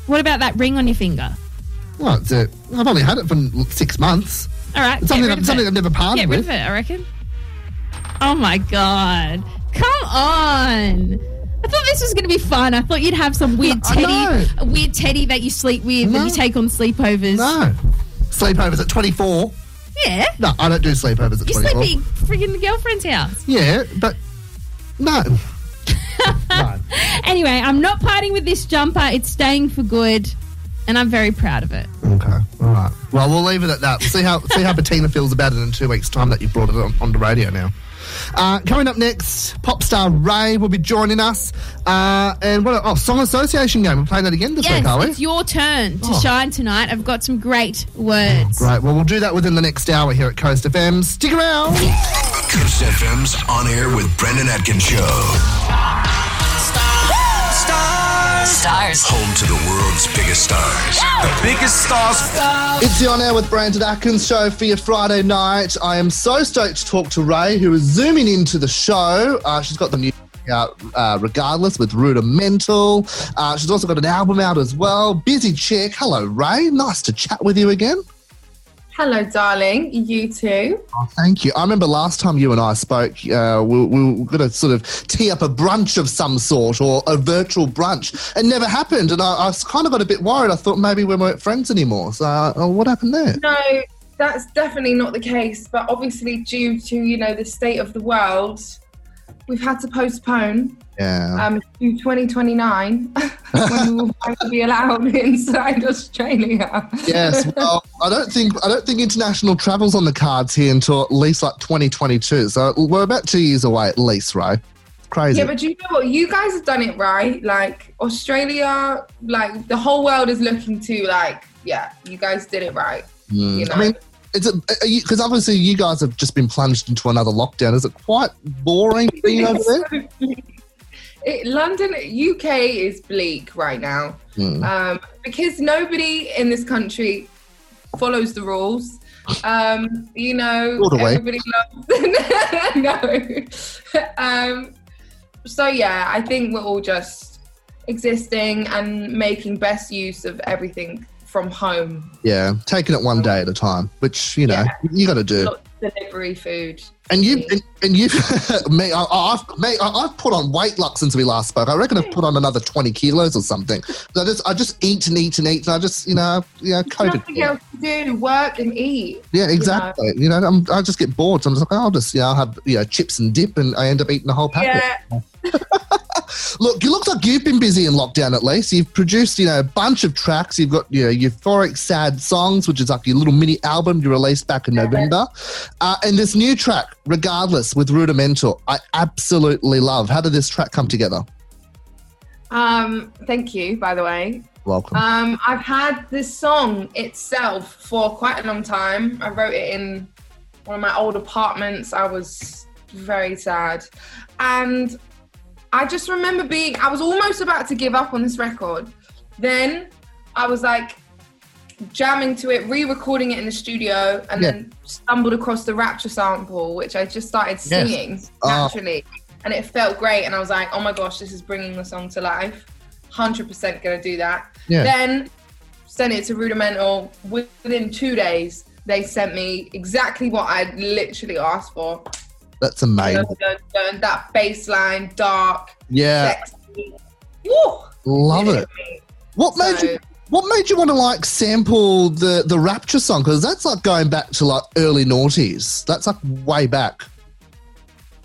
S16: What about that ring on your finger?
S13: Well, it's a, I've only had it for six months.
S16: All right, get
S13: It's something
S16: rid
S13: I've-
S16: of
S13: something
S16: it.
S13: I've never parted
S16: Get rid of
S13: with.
S16: it, I reckon. Oh my god! Come on! I thought this was going to be fun. I thought you'd have some weird
S13: I
S16: teddy,
S13: know.
S16: a weird teddy that you sleep with that
S13: No.
S16: you take on sleepovers.
S13: No. Sleepovers at 24.
S16: Yeah,
S13: No, I don't do sleepovers at
S16: you
S13: 24.
S16: sleep at your freaking girlfriend's house.
S13: Yeah, but
S16: [LAUGHS]
S13: no. no.
S16: Anyway, I'm not parting with this jumper. It's staying for good, and I'm very proud of it.
S13: Okay. All right. Well, we'll leave it at that. We'll see how see how Bettina feels about it in two weeks' time that you've brought it on, on the radio now. Uh, coming up next, pop star Ray will be joining us. Uh, and what? Oh, song association game. We're playing that again this
S16: yes,
S13: week, are we?
S16: it's your turn to
S13: Oh.
S16: shine tonight. I've got some great words.
S13: Great. Well, we'll do that within the next hour here at Coast FM. Stick around.
S2: Coast FM's On Air with Brendan Atkins show.
S1: Stars. Stars.
S2: Home to the world's biggest stars. The biggest stars.
S13: It's the On Air with Brandon Atkins show for your Friday night. I am so stoked to talk to Ray, who is zooming into the show. Uh, she's got the new out, uh, regardless, with Rudimental. Uh, she's also got an album out as well. Busy chick. Hello, Ray. Nice to chat with you again.
S8: Hello, darling. You too.
S13: Oh, thank you. I remember last time you and I spoke, uh, we, we were going to sort of tee up a brunch of some sort or a virtual brunch. It never happened, and I, I kind of got a bit worried. I thought maybe we weren't friends anymore. So, uh, oh, what happened there?
S8: No, that's definitely not the case. But obviously, due to you know the state of the world, we've had to postpone
S13: Yeah.
S8: um, to 2029 when we will finally be allowed inside Australia.
S13: yes. Well, I don't think I don't think international travel's on the cards here until at least like 2022. So we're about two years away at least, right? Crazy.
S8: Yeah, but you know what? You guys have done it right. Like Australia, like the whole world is looking to like, yeah, you guys did it right.
S13: Mm.
S8: you know.
S13: I mean, it's because obviously you guys have just been plunged into another lockdown. Is it quite boring being over there?
S8: it, London, UK is bleak right now
S13: Mm.
S8: um, because nobody in this country follows the rules. Um, you know,
S13: All the way.
S8: everybody loves. [LAUGHS] no. Um, so yeah, I think we're all just existing and making best use of everything from home.
S13: Yeah, taking it one day at a time, which you know you got to do.
S8: Lots of delivery food.
S13: And you and, and you [LAUGHS] me I, I've me I, I've put on weight like since we last spoke. I reckon I've put on another twenty kilos or something. So I just I just eat and eat and eat, and I just you know you know COVID.
S8: Nothing else to do, work and eat.
S13: Yeah, exactly. You know, I'm, I just get bored. So I'm just like, oh, I'll just, you know, I'll have, you know, chips and dip and I end up eating a whole packet. Look, you look like you've been busy in lockdown at least. You've produced, you know, a bunch of tracks. You've got, you know, Euphoric Sad Songs, which is like your little mini album you released back in November. Uh, and this new track, Regardless, with Rudimental, I absolutely love. How did this track come together?
S8: Um, thank you, by the way.
S13: Welcome.
S8: Um, I've had this song itself for quite a long time. I wrote it in one of my old apartments. I was very sad. And I just remember being, I was almost about to give up on this record. Then I was like jamming to it, re recording it in the studio, and
S13: Yeah.
S8: then stumbled across the Rapture sample, which I just started
S13: Yes.
S8: singing
S13: Oh.
S8: naturally. And it felt great. And I was like, oh my gosh, this is bringing the song to life. 100% gonna do that.
S13: Yeah.
S8: Then sent it to Rudimental. Within two days, they sent me exactly what I literally asked for.
S13: That's amazing.
S8: Dun, dun, dun, that bass line, dark,
S13: Yeah.
S8: sexy. Woo!
S13: Love it. What made you? What made you want to like sample the the Rapture song? Because that's like going back to like early noughties. That's like way back.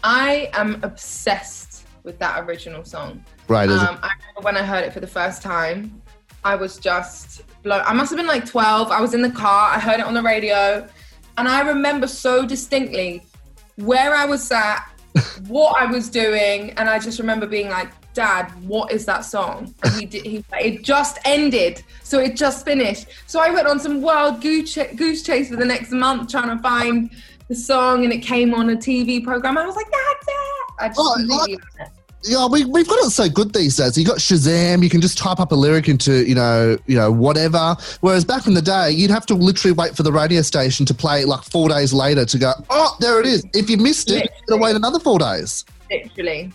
S8: I am obsessed with that original song.
S13: Right, is it-
S8: Um, I remember when I heard it for the first time, I was just blown. I must have been like 12. I was in the car. I heard it on the radio, and I remember so distinctly where I was at, what I was doing, and I just remember being like, "Dad, what is that song?" And he did. He was like, it just ended, so it just finished. So I went on some wild goose, ch- goose chase for the next month trying to find the song, and it came on a TV program. I was like, "That's it!" I just
S13: Oh, I
S8: completely
S13: like- Yeah, we, we've got it so good these days. You got Shazam, you can just type up a lyric into you know you know whatever. Whereas back in the day, you'd have to literally wait for the radio station to play it like four days later to go. Oh, there it is. If you missed it, you gotta wait another four days.
S8: literally.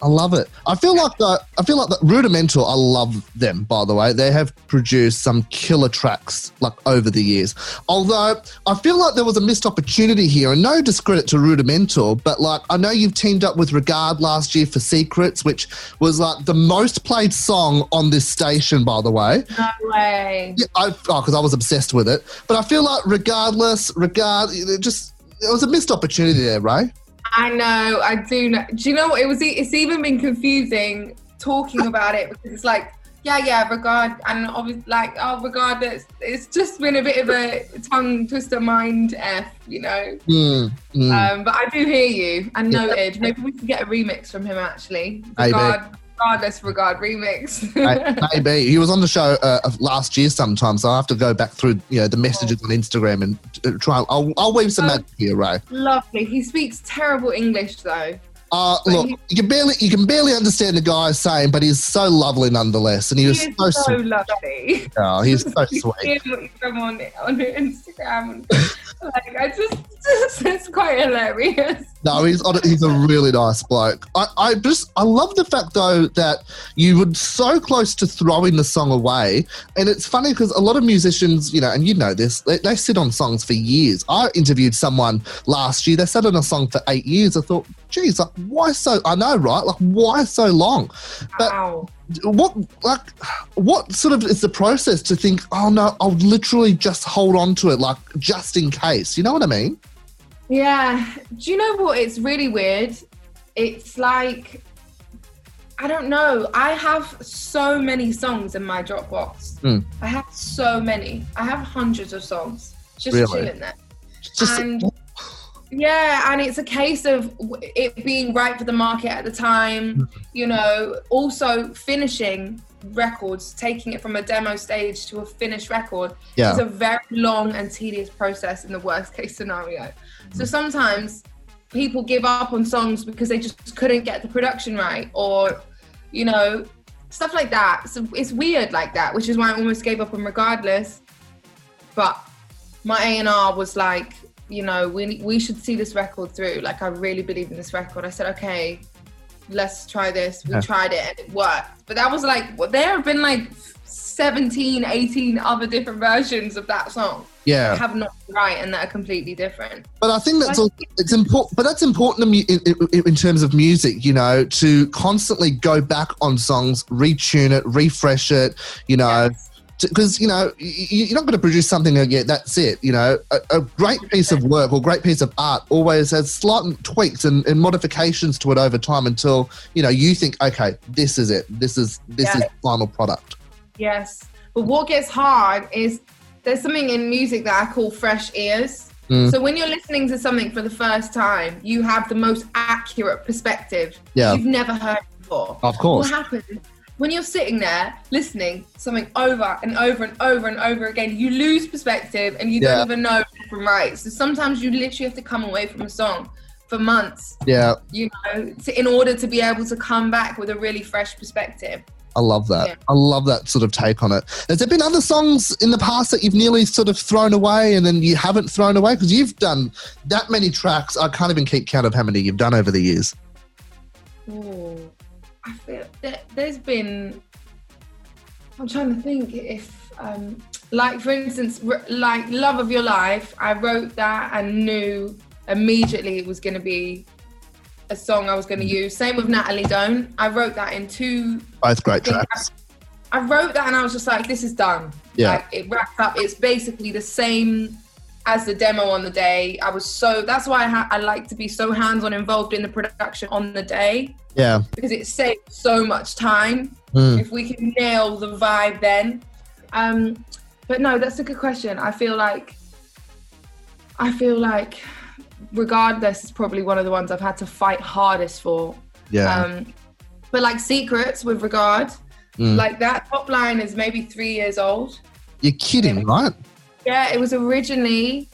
S13: I love it. I feel like the, I feel like the Rudimental. I love them. By the way, they have produced some killer tracks like over the years. Although I feel like there was a missed opportunity here, and no discredit to Rudimental, but like I know you've teamed up with Regard last year for Secrets, which was like the most played song on this station. By the way,
S8: No way.
S13: yeah, I, oh, because I was obsessed with it. But I feel like regardless, regard it just it was a missed opportunity there, right?
S8: I know, I do know. Do you know what? It was. e- It's even been confusing talking about it because it's like, yeah, yeah, regard, and obviously, like, oh, regardless. It's just been a bit of a tongue twister, mind f, you know.
S13: Mm, mm.
S8: Um, but I do hear you, and noted. Maybe we can get a remix from him actually.
S13: Maybe.
S8: Regard, regardless, regard remix.
S13: I- Maybe he was on the show uh, of last year sometime, so I have to go back through you know the messages on Instagram and uh, try. I'll, I'll weave some magic here, Ray.
S8: Lovely. He speaks terrible English though.
S13: Uh, look, you can barely you can barely understand the guy saying, but he's so lovely nonetheless, and he
S8: He
S13: was
S8: is
S13: so,
S8: so
S13: sweet.
S8: lovely.
S13: Oh, he's
S8: [LAUGHS]
S13: so sweet.
S8: Seeing what you come on on your Instagram, [LAUGHS] like I just, [LAUGHS] just it's quite hilarious.
S13: No, he's on, he's a really nice bloke. I, I just I love the fact though that you were so close to throwing the song away, and it's funny because a lot of musicians, you know, and you know this, they, they sit on songs for years. I interviewed someone last year; they sat on a song for eight years. I thought, geez, like why so? I know, right? Like why so long? But
S8: Wow.
S13: what like what sort of is the process to think? Oh no, I'll literally just hold on to it, like just in case. You know what I mean?
S8: Yeah. Do you know what? It's really weird. It's like I don't know. I have so many songs in my Dropbox.
S13: Hmm.
S8: I have so many. I have hundreds of songs just
S13: Really?
S8: chilling there.
S13: Just-
S8: and yeah, and it's a case of w- it being right for the market at the time.
S13: Mm-hmm.
S8: You know, also finishing records, taking it from a demo stage to a finished record
S13: Yeah.
S8: is a very long and tedious process in the worst case scenario.
S13: Mm-hmm.
S8: So sometimes people give up on songs because they just couldn't get the production right or you know, stuff like that. So it's weird like that, which is why I almost gave up on Regardless. But my A and R was like, you know, we we should see this record through. Like I really believe in this record. I said, okay, let's try this. We
S13: Yeah.
S8: tried it and it worked. But that was like, well, there have been like 17, 18 other different versions of that song.
S13: Yeah.
S8: That have not been right and that are completely different.
S13: But I think that's
S8: I
S13: all, it's important. But that's important to mu- in, in, in terms of music, you know, to constantly go back on songs, retune it, refresh it, you know, because you know y- y- you're not going to produce something and yeah, that's it. You know, a, a great piece of work or great piece of art always has slight tweaks and, and modifications to it over time until you know you think, okay, this is it. This is this
S8: Yeah.
S13: is the final product.
S8: Yes. But what gets hard is there's something in music that I call fresh ears.
S13: Mm.
S8: So when you're listening to something for the first time, you have the most accurate perspective
S13: Yeah.
S8: you've never heard before.
S13: Of course.
S8: What happens when you're sitting there listening to something over and over and over and over again, you lose perspective and you
S13: Yeah.
S8: don't even know left from right. So sometimes you literally have to come away from a song for months,
S13: Yeah,
S8: you know, to, in order to be able to come back with a really fresh perspective.
S13: I love that.
S8: Yeah.
S13: I love that sort of take on it. Has there been other songs in the past that you've nearly sort of thrown away and then you haven't thrown away? Because you've done that many tracks. I can't even keep count of how many you've done over the years.
S8: Oh, I feel that there's been. I'm trying to think if, um, like for instance, r- like "Love of Your Life," I wrote that and knew immediately it was going to be a song I was
S13: Mm.
S8: going to use. Same with Natalie Don't. I wrote that in two.
S13: Both great
S8: I think
S13: tracks.
S8: I wrote that and I was just like, "This is done."
S13: Yeah.
S8: Like it wrapped up. It's basically the same as the demo on the day. I was so. That's why I, ha- I like to be so hands-on involved in the production on the day
S13: Yeah.
S8: because it saves so much time
S13: Mm.
S8: if we can nail the vibe then um but no that's a good question i feel like i feel like regardless is probably one of the ones i've had to fight hardest for
S13: Yeah.
S8: um but like secrets with regard
S13: Mm.
S8: like that top line is maybe three years old
S13: You're kidding, right?
S8: yeah, it was originally.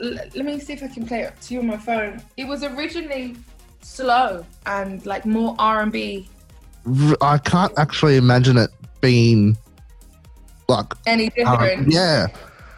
S8: l- let me see if I can play it to you on my phone. It was originally slow and like more R and B.
S13: R- I can't actually imagine it being like
S8: Any different?
S13: Um, yeah.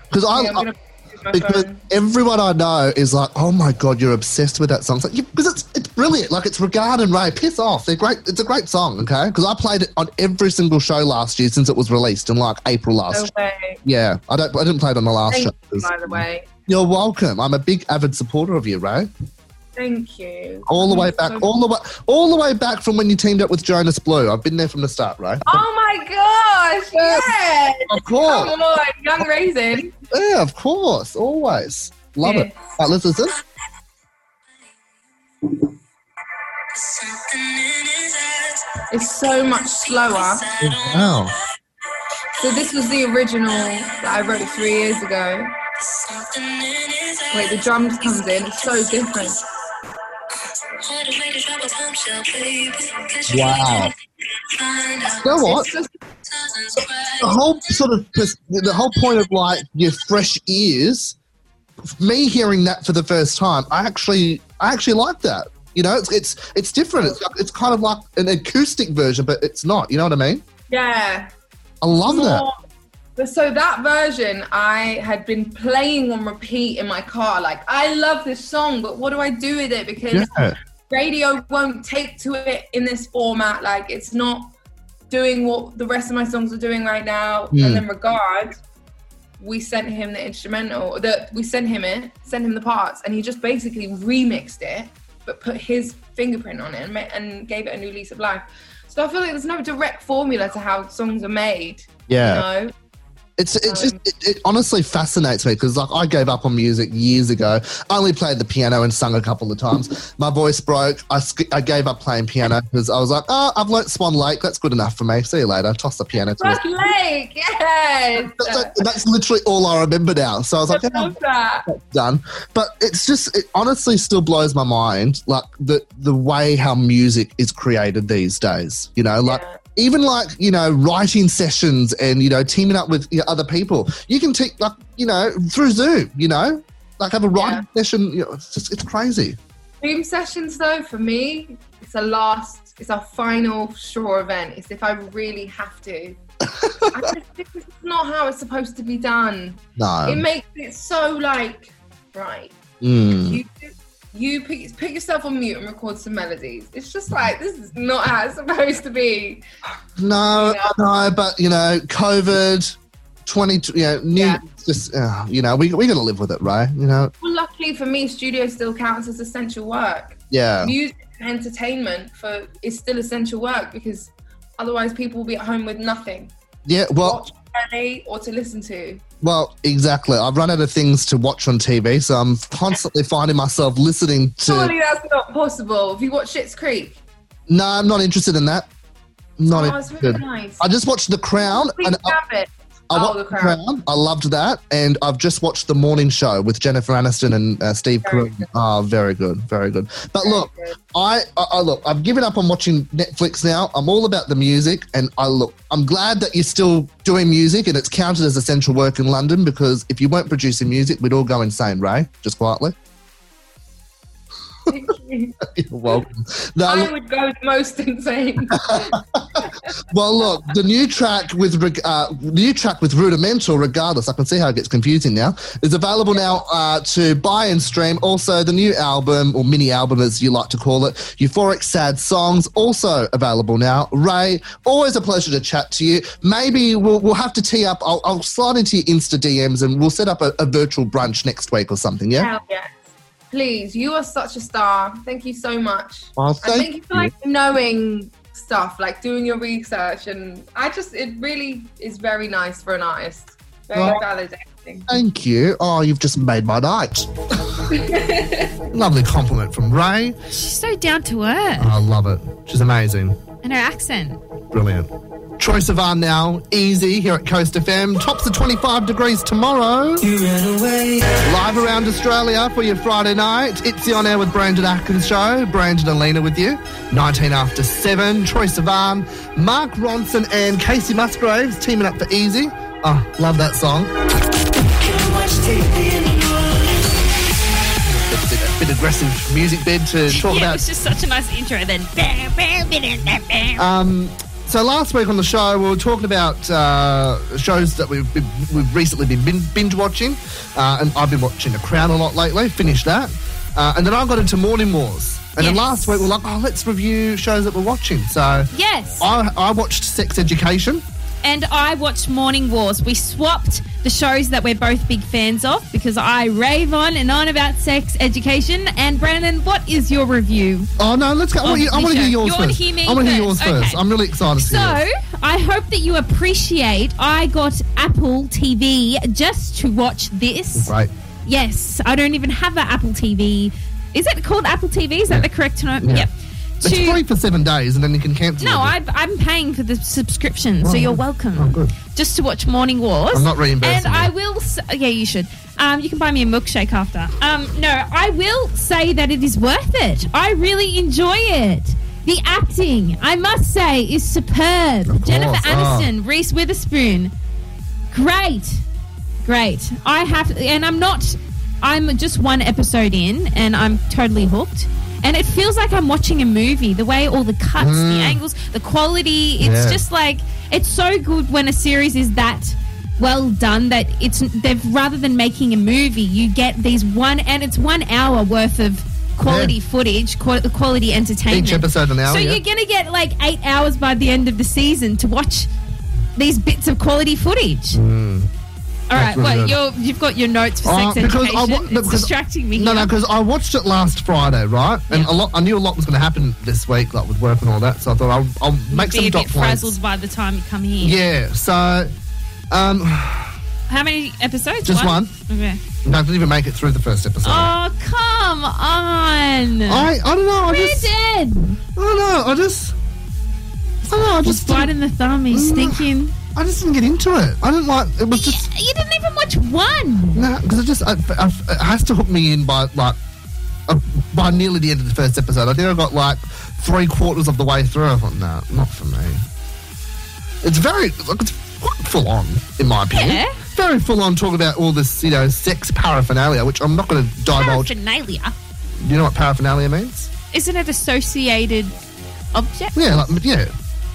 S13: Because I,
S8: Yeah, I'm gonna use my
S13: because
S8: phone.
S13: everyone I know is like, oh my god, you're obsessed with that song. Because it's, like, "Yeah, 'cause it's it's brilliant. Like it's Regard and Ray. Piss off. They're great. It's a great song. Okay. Because I played it on every single show last year since it was released in like April last.
S8: No
S13: year.
S8: way.
S13: Yeah. I don't. I didn't play it on the last
S8: Thank
S13: show.
S8: you, by the way.
S13: You're welcome. I'm a big avid supporter of you, Ray.
S8: Thank you.
S13: All the way back, all the way, all the way back from when you teamed up with Jonas Blue. I've been there from the start, Ray.
S8: Oh my gosh! Yes.
S13: Of course.
S8: Come on, young raisin.
S13: Yeah, of course, always love it.
S8: Yeah.
S13: All right, let's listen.
S8: It's so much slower.
S13: Wow.
S8: So this was the original that I wrote three years ago. Wait, the drums comes in. It's so different.
S13: Wow. You know what? The whole sort of the whole point of like your fresh ears. Me hearing that for the first time, I actually I actually like that. You know, it's it's it's different. It's it's kind of like an acoustic version, but it's not. You know what I mean?
S8: Yeah.
S13: I love that.
S8: More- But so that version I had been playing on repeat in my car. Like I love this song, but what do I do with it? Because
S13: Yeah.
S8: radio won't take to it in this format. Like it's not doing what the rest of my songs are doing right now.
S13: Mm.
S8: And then regard, we sent him the instrumental. That we sent him it, sent him the parts, and he just basically remixed it, but put his fingerprint on it and, ma- and gave it a new lease of life. So I feel like there's no direct formula to how songs are made.
S13: Yeah.
S8: You know?
S13: It's it's just it, it honestly fascinates me because like I gave up on music years ago. I only played the piano and sung a couple of times. My voice broke. I, sk- I gave up playing piano because I was like, oh, I've learnt Swan Lake. That's good enough for me. See you later. Toss the piano. To
S8: Rock Lake, yes.
S13: that's, like- that's literally all I remember now. So I was like,
S8: I
S13: "Yeah,
S8: love that.
S13: done. But it's just it honestly still blows my mind like the the way how music is created these days. You know, like even like you know writing sessions and you know teaming up with you know, other people. You can take like you know through Zoom. You know, like have a writing session. You know, it's just it's crazy.
S8: Zoom sessions, though, for me, it's a last, it's our final straw event. It's if I really have
S13: [LAUGHS]
S8: to. I just, this is not how it's supposed to be done.
S13: No.
S8: It makes it so like, right,
S13: Mm.
S8: you, you pick, put yourself on mute and record some melodies. It's just like, this is not how it's supposed to be.
S13: No, no, but you know, COVID, twenty, you know, new,
S8: Yeah.
S13: just uh, you know, we we gotta live with it, right? You know,
S8: Well, luckily for me, studio still counts as essential work.
S13: yeah,
S8: Music and entertainment for is still essential work because otherwise people will be at home with nothing
S13: yeah. Well,
S8: to play or to listen to.
S13: well, exactly. I've run out of things to watch on TV, so I'm constantly finding myself listening
S8: Surely
S13: to.
S8: that's not possible. If you watch Shit's Creek,
S13: No, I'm not interested in that. Not
S8: Oh, it's really
S13: interested.
S8: nice.
S13: I just watched The Crown,
S8: Please
S13: and I,
S8: have it.
S13: I
S8: oh,
S13: watched
S8: the crown.
S13: I loved that, and I've just watched The Morning Show with Jennifer Aniston and uh, Steve Carell. Ah, very good, very good. But look, I, I, I look, I've given up on watching Netflix now. I'm all about the music, and I look, I'm glad that you're still doing music, and it's counted as essential work in London because if you weren't producing music, we'd all go insane, Ray. Just quietly. [LAUGHS] You're welcome. No, look-
S8: I would go most insane.
S13: well, look, the new track with reg- uh, new track with Rudimental. Regardless, I can see how it gets confusing now. Is available now uh, to buy and stream. Also, the new album or mini album, as you like to call it, Euphoric Sad Songs, also available now. Ray, always a pleasure to chat to you. Maybe we'll, we'll have to tee up. I'll, I'll slide into your Insta DMs and we'll set up a, a virtual brunch next week or something. Yeah.
S8: Hell yes. Please, you are such a star. Thank you so much.
S13: Well,
S8: I
S13: thank
S8: think you for like knowing stuff, like doing your research, and I just it really is very nice for an artist. Very
S13: Well-
S8: validating.
S13: Thank you. Oh, you've just made my night. Lovely compliment from Ray.
S16: She's so down to earth.
S13: I love it. She's amazing.
S16: And her accent.
S13: Brilliant. Troy Sivan now, easy here at Coast FM. Tops of 25 degrees tomorrow. Live around Australia for your Friday night. It's the On Air with Brandon Atkins show. Brandon and Lena with you. 19 after 7. Troy Sivan, Mark Ronson, and Casey Musgraves teaming up for Easy. Oh, love that song. A bit aggressive music bed to
S16: [LAUGHS]
S13: talk
S16: yeah, it
S13: about
S16: was just such a nice intro. Then.
S13: [LAUGHS] Um, so last week on the show, we were talking about uh, shows that we've been, we've recently been bin- binge watching, uh, and I've been watching The Crown a lot lately. Finished that, uh, and then I got into Morning Wars. And then
S16: Yes.
S13: last week we we're like, oh, let's review shows that we're watching. So
S16: Yes.
S13: I, I watched Sex Education.
S16: and I watched Morning Wars. We swapped the shows that we're both big fans of because I rave on and on about sex education. And Brandon, what is your review?
S13: Oh no, let's go. I want, you, I
S16: Of
S13: want to
S16: the
S13: hear
S16: show.
S13: yours
S16: You wanna
S13: first.
S16: hear me
S13: I want to hear yours
S16: first?
S13: first.
S16: Okay.
S13: I'm really excited.
S16: So,
S13: to hear it.
S16: I hope that you appreciate I got Apple TV just to watch this.
S13: Right.
S16: Yes, I don't even have an Apple TV. Is it called Apple TV? Is that the correct term?
S13: Yeah.
S16: Yep.
S13: It's
S16: To-
S13: free for seven days, and then you can cancel.
S16: No,
S13: it.
S16: I've, I'm paying for the subscription, so
S13: Oh,
S16: you're
S13: yeah.
S16: welcome.
S13: Oh, good.
S16: Just to watch Morning Wars.
S13: I'm not
S16: And
S13: reimbursing
S16: I will. S- yeah, you should. Um, you can buy me a milkshake after. Um, no, I will say that it is worth it. I really enjoy it. The acting, I must say, is superb.
S13: Of
S16: Jennifer
S13: course, ah.
S16: Aniston, Reese Witherspoon, great, great. I have, and I'm not. I'm just one episode in, and I'm totally hooked. And it feels like I'm watching a movie. The way all the cuts,
S13: Mm.
S16: the angles, the quality. It's
S13: Yeah.
S16: just like it's so good when a series is that well done that it's they've rather than making a movie, you get these one and it's one hour worth of quality
S13: Yeah.
S16: footage, qua- quality entertainment.
S13: Each episode an hour,
S16: So
S13: yeah.
S16: you're gonna get like eight hours by the end of the season to watch these bits of quality footage. All right,
S13: Hmm. That's really
S16: well,
S13: good.
S16: you're, you've got your notes for
S13: Uh,
S16: sex education.
S13: wa-
S16: it's distracting me.
S13: No,
S16: here.
S13: no, because I watched it last Friday, right? And a lot, I knew a lot was going to happen this week, like with work and all that. So I thought I'll, I'll make
S16: be
S13: some
S16: a
S13: dot
S16: bit
S13: points.
S16: frazzled by the time you come here.
S13: Yeah. So, um, [SIGHS]
S16: How many episodes?
S13: Just
S16: Okay.
S13: no, I didn't even make it through the first episode.
S16: Oh come on!
S13: I, I don't know. I
S16: We're
S13: Oh, just,
S16: dead.
S13: I don't know. I just, I don't know. I just, didn't,
S16: biting the thumb. He's
S13: Mm.
S16: thinking.
S13: I just didn't get into it. I didn't like. It was just
S16: You didn't even watch one.
S13: no, because it just I, I, it has to hook me in by like uh, by nearly the end of the first episode. I think I got like three quarters of the way through. I thought, no, not for me. It's very like it's quite full on in my opinion.
S16: Yeah.
S13: Very full on talk about all this you know sex paraphernalia, which I'm not going to divulge.
S16: Paraphernalia.
S13: you know what paraphernalia means?
S16: Isn't it associated object?
S13: Yeah, like, yeah.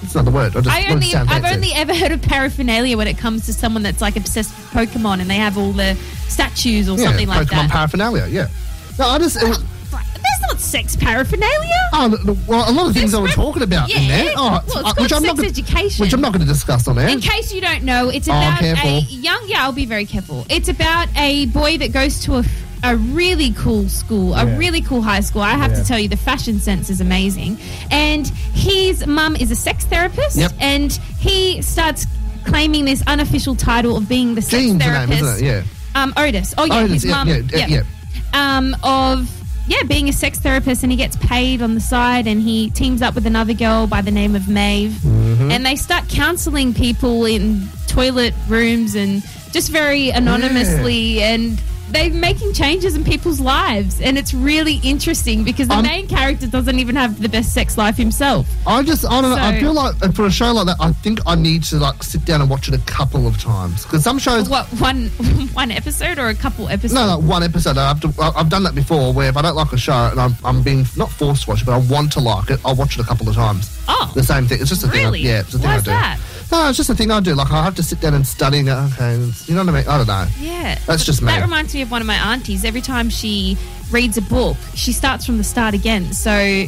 S13: It's not the word. I, just,
S16: I
S13: wanted to
S16: only,
S13: sound
S16: I've
S13: fancy.
S16: only ever heard of paraphernalia when it comes to someone that's like obsessed with Pokemon and they have all the statues or
S13: yeah,
S16: something like
S13: Pokemon
S16: that. Uh,
S13: paraphernalia. Yeah. No, I just. It was,
S16: There's not sex paraphernalia.
S13: oh, no, no, well, a lot of things I was talking about in
S16: Yeah.
S13: there. Oh,
S16: Well,
S13: uh,
S16: it's
S13: which
S16: called
S13: I'm
S16: sex
S13: not. Gonna,
S16: education.
S13: which I'm not going to discuss on air.
S16: In case you don't know, it's
S13: Oh,
S16: about a
S13: careful.
S16: young. Yeah, I'll be very careful. It's about a boy that goes to a, a really cool school, a
S17: Yeah.
S16: really cool high school. I have
S17: Yeah.
S16: to tell you, the fashion sense is amazing. And his mum is a sex therapist,
S17: Yep.
S16: and he starts claiming this unofficial title of being the sex
S13: Jean's the name,
S16: therapist.
S13: isn't it? Yeah.
S16: Um, Otis. Oh yeah,
S13: Otis,
S16: his
S13: yeah,
S16: mum.
S13: yeah, yeah, yeah.
S16: Um, of yeah, being a sex therapist, and he gets paid on the side, and he teams up with another girl by the name of Maeve,
S13: Mm-hmm.
S17: Mhm.
S16: and they start counselling people in toilet rooms and just very anonymously and. They're making changes in people's lives, and it's really interesting because the main character doesn't even have the best sex life himself.
S13: I just, I don't know. I
S16: So-
S13: feel like uh, for a show like that, I think I need to like sit down and watch it a couple of times because some shows.
S16: What one [LAUGHS] one episode or a couple episodes?
S13: No, like one episode. I've, to, I- I've done that before where if I don't like a show and I'm, I'm being not forced to watch it, but I want to like it, I'll watch it a couple of times.
S16: Oh.
S13: The same thing. It's just a
S16: Really?
S13: thing. I, yeah, it's a thing
S16: Why's
S13: I do.
S16: that?
S13: No, it's just a thing I do. Like, I have to sit down and study and go, okay, it's- you know what I mean? I don't know.
S16: Yeah.
S13: That's just me.
S16: That reminds me of one of my aunties. Every time she reads a book, she starts from the start again. So [LAUGHS]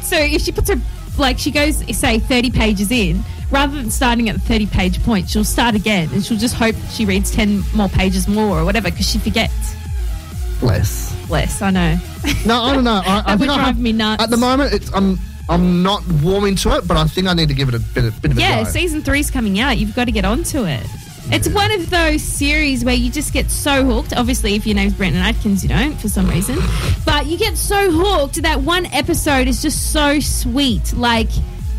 S16: so if she puts her like she goes say 30 pages in, rather than starting at the 30 page point, she'll start again and she'll just hope she reads 10 more pages more or whatever because she forgets.
S13: Bless.
S16: Less, I know.
S13: No, I don't know. I, I
S16: That would
S13: think I
S16: drive
S13: have,
S16: me nuts.
S13: At the moment, it's, I'm, I'm not warm into it, but I think I need to give it a bit, of- bit of
S16: yeah,
S13: a go.
S16: season three's coming out. You've got to get onto it. It's one of those series where you just get so hooked. Obviously, if your name's Brendan Atkins, you don't for some reason. But you get so hooked that one episode is just so sweet. Like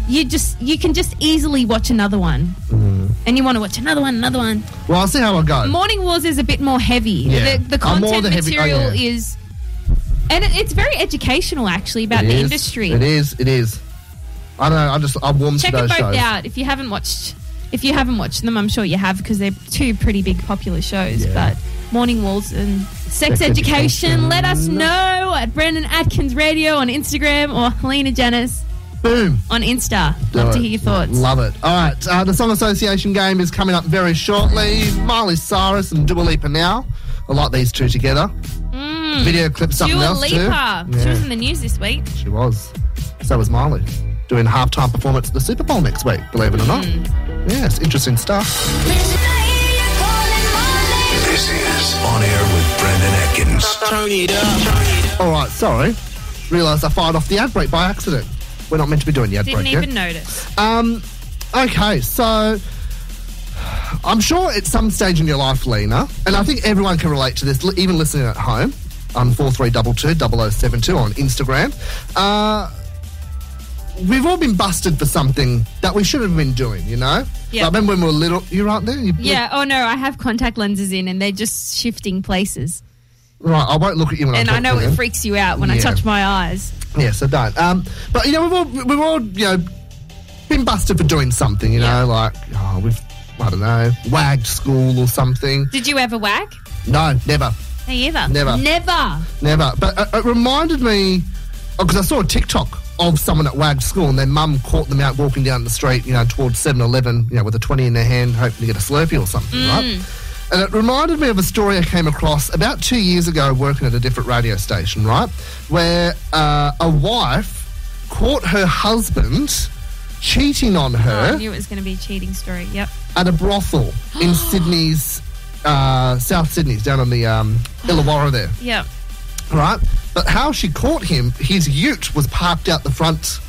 S16: you just you can just easily watch another one,
S13: Mm-hmm.
S16: and you want to watch another one, another one.
S13: Well, I'll see how I go.
S16: Morning Wars is a bit more heavy.
S13: Uh, Yeah.
S16: The, the
S13: Oh,
S16: content
S13: more the heavy- oh,
S16: material
S13: yeah.
S16: is, and it, it's very educational actually about
S13: It
S16: the
S13: is,
S16: industry.
S13: It is. It is. I don't know. I just I warm
S16: Check
S13: to
S16: them
S13: those
S16: both
S13: shows.
S16: out if you haven't watched. If you haven't watched them, I'm sure you have because they're two pretty big popular shows.
S13: Yeah.
S16: But Morning Walls and Sex,
S13: Sex
S16: education,
S13: Education.
S16: let us know at Brendan Atkins Radio on Instagram or Helena Janice
S13: Boom.
S16: on Insta.
S13: Do
S16: Love to
S13: it.
S16: hear your thoughts.
S13: Love it. All right. Uh, the Song Association game is coming up very shortly. Miley Cyrus and Dua Lipa now. I like these two together.
S16: Mm.
S13: Video clip, something
S16: Dua
S13: else too.
S16: Lipa. She
S13: Yeah.
S16: was in the news this week.
S13: She was. So was Miley. Doing halftime performance at the Super Bowl next week, believe it or not.
S16: Mm.
S13: Yeah, it's interesting stuff.
S2: This is On Air with Brendan Atkins. Turn it up.
S13: All right, sorry. Realised I fired off the ad break by accident. We're not meant to be doing the ad
S16: Didn't
S13: break
S16: even
S13: yet.
S16: notice.
S13: Um, okay, so I'm sure at some stage in your life, Lena, and I think everyone can relate to this, li- even listening at home, um, 4322 0072 on Instagram. Uh, we've all been busted for something that we should have been doing, you know?
S16: Yeah.
S13: I remember when we were little. You're right there? You,
S16: Yeah. Oh no, I have contact lenses in, and they're just shifting places.
S13: Right, I won't look at you when
S16: and
S13: I
S16: I
S13: talk
S16: know
S13: to
S16: it
S13: you.
S16: freaks you out when I
S13: Yeah.
S16: touch my eyes.
S13: Yes, I don't. Um, but you know, we've all we've all you know been busted for doing something. You know, like oh, we've I don't know wagged school or something.
S16: Did you ever whack?
S13: No, never,
S16: Me either.
S13: Never.
S16: Never.
S13: never. But uh, it reminded me because I saw a TikTok of someone at wagged school and their mum caught them out walking down the street, you know, towards 7-Eleven, you know, with a twenty in their hand, hoping to get a Slurpee or something, right? And it reminded me of a story I came across about two years ago working at a different radio station, right? Where uh, a wife caught her husband cheating on
S16: Oh, I
S13: her
S16: knew it was going to be a cheating story. Yep.
S13: at a brothel in Sydney's, uh, South Sydney's, down on the um, Illawarra there,
S16: Yep.
S13: right? But how she caught him, his ute was parked out the front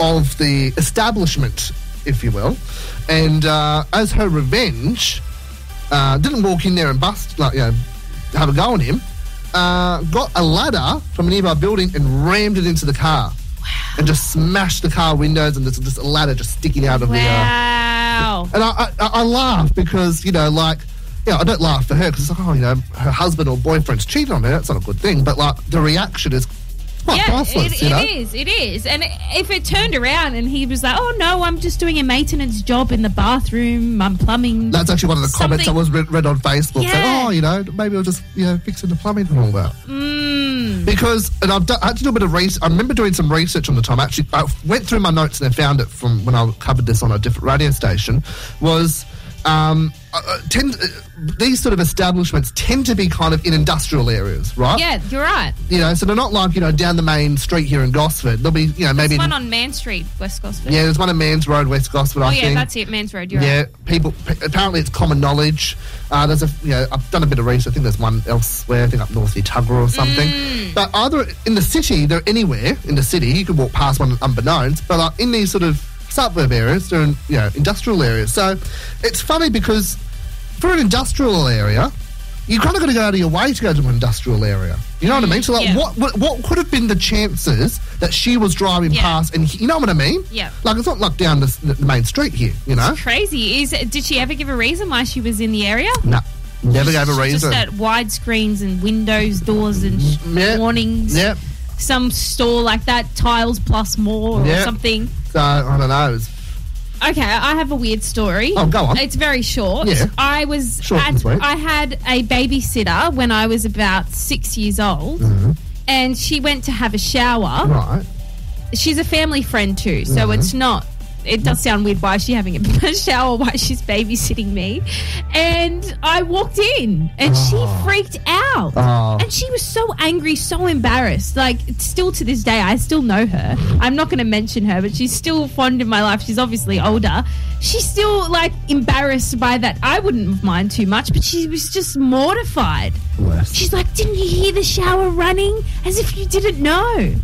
S13: of the establishment, if you will. And uh, as her revenge, uh, didn't walk in there and bust, like, you know, have a go on him. Uh, got a ladder from a nearby building and rammed it into the car. And just smashed the car windows, and there's just a ladder just sticking out of the. uh,
S16: Wow.
S13: And I, I, I I laugh because, you know, like, yeah, I don't laugh for her because, oh, you know, her husband or boyfriend's cheated on her. That's not a good thing. But, like, the reaction is quite
S16: yeah,
S13: priceless,
S16: it,
S13: you know?
S16: it is. It is. And if it turned around and he was like, "Oh no, I'm just doing a maintenance job in the bathroom. I'm plumbing."
S13: That's actually one of the comments I
S16: something-
S13: was read, read on Facebook. saying,
S16: Yeah.
S13: oh, you know, maybe I'll just, you know, fix in the plumbing and all that.
S16: Mm,
S13: Because, and I've done, I had to do a bit of research. I remember doing some research on the time. I actually, I went through my notes and I found it from when I covered this on a different radio station. Was um, uh, tend, uh, these sort of establishments tend to be kind of in industrial areas, right?
S16: Yeah, you're right.
S13: You know, so they're not like, you know, down the main street here in Gosford. There'll be, you know, maybe.
S16: There's one on Man Street, West Gosford.
S13: yeah, there's one in Mans Road, West Gosford,
S16: Oh,
S13: I
S16: yeah,
S13: think.
S16: that's it. Man's Road, you're
S13: yeah,
S16: right.
S13: people. p- Apparently, it's common knowledge. Uh, there's a, you know, I've done a bit of research. I think there's one elsewhere. I think up north, near Tugra or something.
S16: Mm.
S13: But either in the city, they're anywhere in the city. You could walk past one unbeknownst. But uh, in these sort of suburb areas, they're in, you know, industrial areas. So it's funny because for an industrial area, you kind of got to go out of your way to go to an industrial area. You
S16: Mm,
S13: know what I mean? So like, what, what what could have been the chances that she was driving past? And he- you know what I mean?
S16: Yeah.
S13: Like it's not like down the, s- the main street here. You know.
S16: Crazy. Is Did she ever give a reason why she was in the area?
S13: No, never gave a
S16: Just
S13: reason. Mm,
S16: at wide screens and windows, doors, and sh- warnings.
S13: Yep.
S16: Some store like that, Tiles Plus More or
S13: Yep.
S16: something.
S13: So I don't know. It was-
S16: Okay, I have a weird story.
S13: Oh, go on.
S16: It's very short.
S13: Yeah.
S16: I was
S13: Short and
S16: at-
S13: sweet.
S16: I had a babysitter when I was about six years old,
S13: Mm-hmm.
S16: and she went to have a shower.
S13: Right.
S16: She's a family friend too, so
S12: Mhm.
S16: it's not. It does sound weird. Why is she having a [LAUGHS] shower while she's babysitting me? And I walked in, and she freaked out,
S12: Oh.
S16: and she was so angry, so embarrassed. Like it's still to this day, I still know her. I'm not going to mention her, but she's still fond of my life. She's obviously older. She's still like embarrassed by that. I wouldn't mind too much, but she was just mortified. She's like, "Didn't you hear the shower running? As if you didn't know."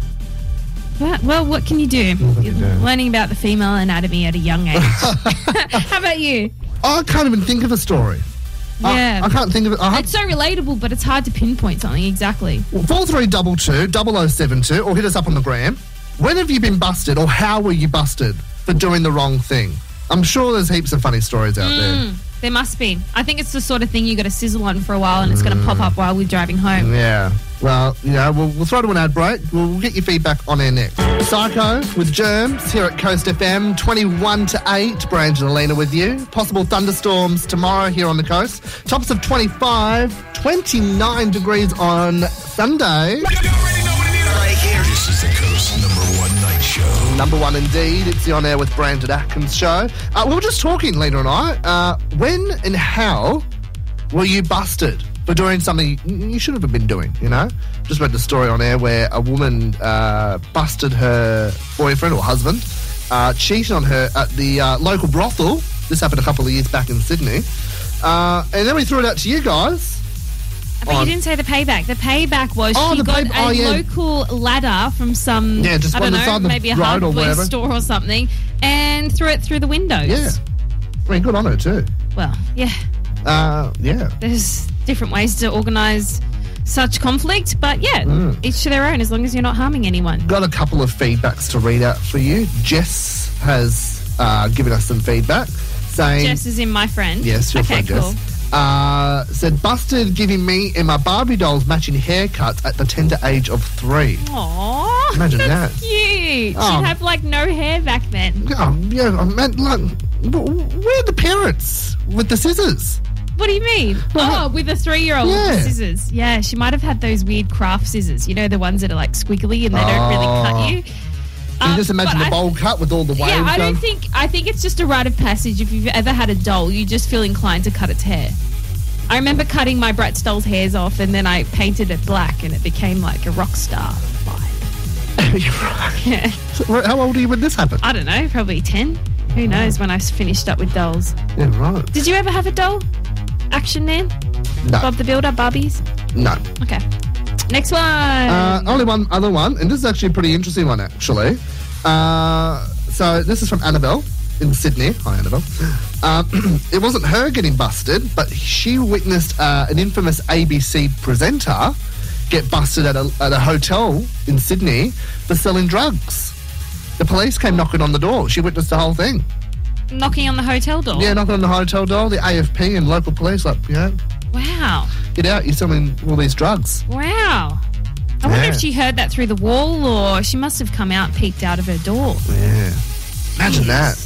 S16: But, well, what can you do? You're learning about the female anatomy at a young
S13: [LAUGHS]
S16: age. How about you?
S13: [LAUGHS] I can't even think of a story. I-
S16: Yeah,
S13: I, can't think of it. I had
S16: it's so relatable, but it's hard to pinpoint something exactly.
S13: four three double two double oh seven two, or hit us up on the gram. When have you been busted, or how were you busted for doing the wrong thing? I'm sure there's heaps of funny stories out
S16: Mm, there must be. I think it's the sort of thing you got to sizzle on for a while, and it's going to pop up while we're driving
S13: there.
S16: home.
S13: Yeah. Well, you know, we'll, we'll throw to an ad break. We'll, we'll get your feedback on air next. Psycho with Germs here at Coast FM, 21 to 8. Brandon and Alina with you. Possible thunderstorms tomorrow here on the coast. Tops of 25, 29 degrees on Sunday.
S2: This is the Coast number one night show.
S13: Number one indeed. It's the On Air with Brandon Atkins show. Uh, we were just talking, Lena and I. Uh, when and how were you busted for doing something you shouldn't have been doing, you know? Just read the story on air where a woman uh, busted her boyfriend or husband, uh, cheated on her at the uh, local brothel. This happened a couple of years back in Sydney. Uh, and then we threw it out to you guys.
S16: But
S13: on-
S16: you didn't say the payback. The payback was
S13: Oh,
S16: she
S13: the
S16: got
S13: payb-
S16: a
S13: oh, yeah.
S16: local ladder from some
S13: Yeah, just
S16: I
S13: one
S16: don't know,
S13: beside the
S16: maybe a
S13: road
S16: hardware
S13: or whatever.
S16: store or something, and threw it through the windows.
S13: Yeah. I mean, good on her, too.
S16: Well, yeah.
S13: Uh, yeah.
S16: There's different ways to organise such conflict, but yeah,
S13: Mm.
S16: each to their own. As long as you're not harming anyone.
S13: Got a couple of feedbacks to read out for you. Jess has uh, given us some feedback saying,
S16: Jess is in my friend.
S13: Yes, your
S16: okay,
S13: friend
S16: cool.
S13: Jess. Uh, said, busted giving me and my Barbie dolls matching haircuts at the tender age of three.
S16: Aww,
S13: Imagine
S16: that's
S13: that.
S16: Cute.
S13: Oh.
S16: She'd have like no hair back then.
S13: Oh, yeah, I meant, like, w- where are the parents with the scissors?
S16: What do you mean? oh, with a three-year-old with
S13: Yeah.
S16: scissors. Yeah, she might have had those weird craft scissors. You know, the ones that are like squiggly and they don't
S13: Oh.
S16: really cut you. Um,
S13: Can you just
S16: but
S13: imagine the
S16: Uh, I-
S13: bowl cut with all the waves
S16: yeah, I
S13: going-
S16: don't think. I think it's just a rite of passage. If you've ever had a doll, you just feel inclined to cut its hair. I remember cutting my Bratz doll's hairs off, and then I painted it black, and it became like a rock star [LAUGHS]
S13: [LAUGHS]
S16: vibe. yeah,
S13: So, wh- How old are you when this happened?
S16: I don't know, probably ten. Who knows when I s- finished up with dolls?
S13: yeah, right.
S16: Did you ever have a doll? Action Man?
S13: No.
S16: Bob the Builder? Barbies?
S13: No.
S16: Okay. Next one.
S13: Uh, only one other one, and this is actually a pretty interesting one, actually. Uh, so this is from Annabelle in Sydney. Hi, Annabelle. Um, [CLEARS THROAT] it wasn't her getting busted, but she witnessed uh, an infamous ABC presenter get busted at a, at a hotel in Sydney for selling drugs. The police came knocking on the door. She witnessed the whole thing.
S16: Knocking on the hotel door.
S13: Yeah, knocking on the hotel door. The AFP and local police, like, you know,
S16: Wow.
S13: get out. You're selling all these drugs.
S16: Wow. I wonder
S13: Yeah.
S16: if she heard that through the wall or she must have come out and peeked out of her door.
S13: Yeah. Imagine that.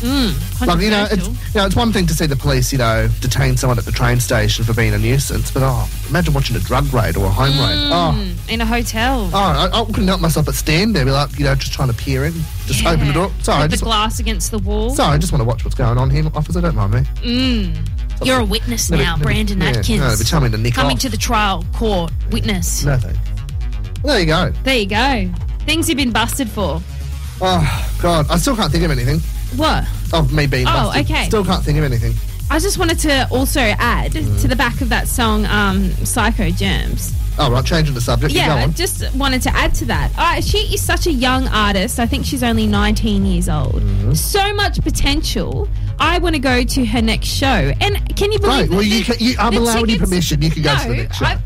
S16: Mm,
S13: Like you know, it's, you know, it's one thing to see the police, you know, detain someone at the train station for being a nuisance, but oh, imagine watching a drug raid or a home raid. Oh,
S16: Mm, in a hotel.
S13: oh, I, I couldn't help myself but stand there, be like, you know, just trying to peer in, just open the door. Sorry, I
S16: With the
S13: just, wa-
S16: glass against the wall.
S13: sorry, I just want to watch what's going on here, officer. Don't mind me.
S16: Mm. You're a witness
S13: Never-
S16: now,
S13: never-
S16: Brandon
S13: yeah,
S16: Atkins.
S13: no, they tell me to nick
S16: Coming
S13: off.
S16: to the trial, court, witness.
S13: No thanks. Well, there you go.
S16: There you go. Things you've been busted for.
S13: Oh God, I still can't think of anything.
S16: What?
S13: Oh, me being
S16: Oh,
S13: busted.
S16: okay.
S13: Still can't think of anything.
S16: I just wanted to also add
S13: Mm.
S16: to the back of that song, um, Psycho Germs.
S13: Oh right, changing the subject.
S16: yeah,
S13: go
S16: I
S13: on.
S16: just wanted to add to that. Uh, she is such a young artist. I think she's only 19 years old.
S13: Mm-hmm.
S16: So much potential. I want to go to her next show. And can you believe
S13: Right, well,
S16: that
S13: you
S16: the-
S13: can, you, I'm
S16: the
S13: allowing you
S16: tickets-
S13: permission. You can go to the
S16: No,
S13: next show.
S16: I-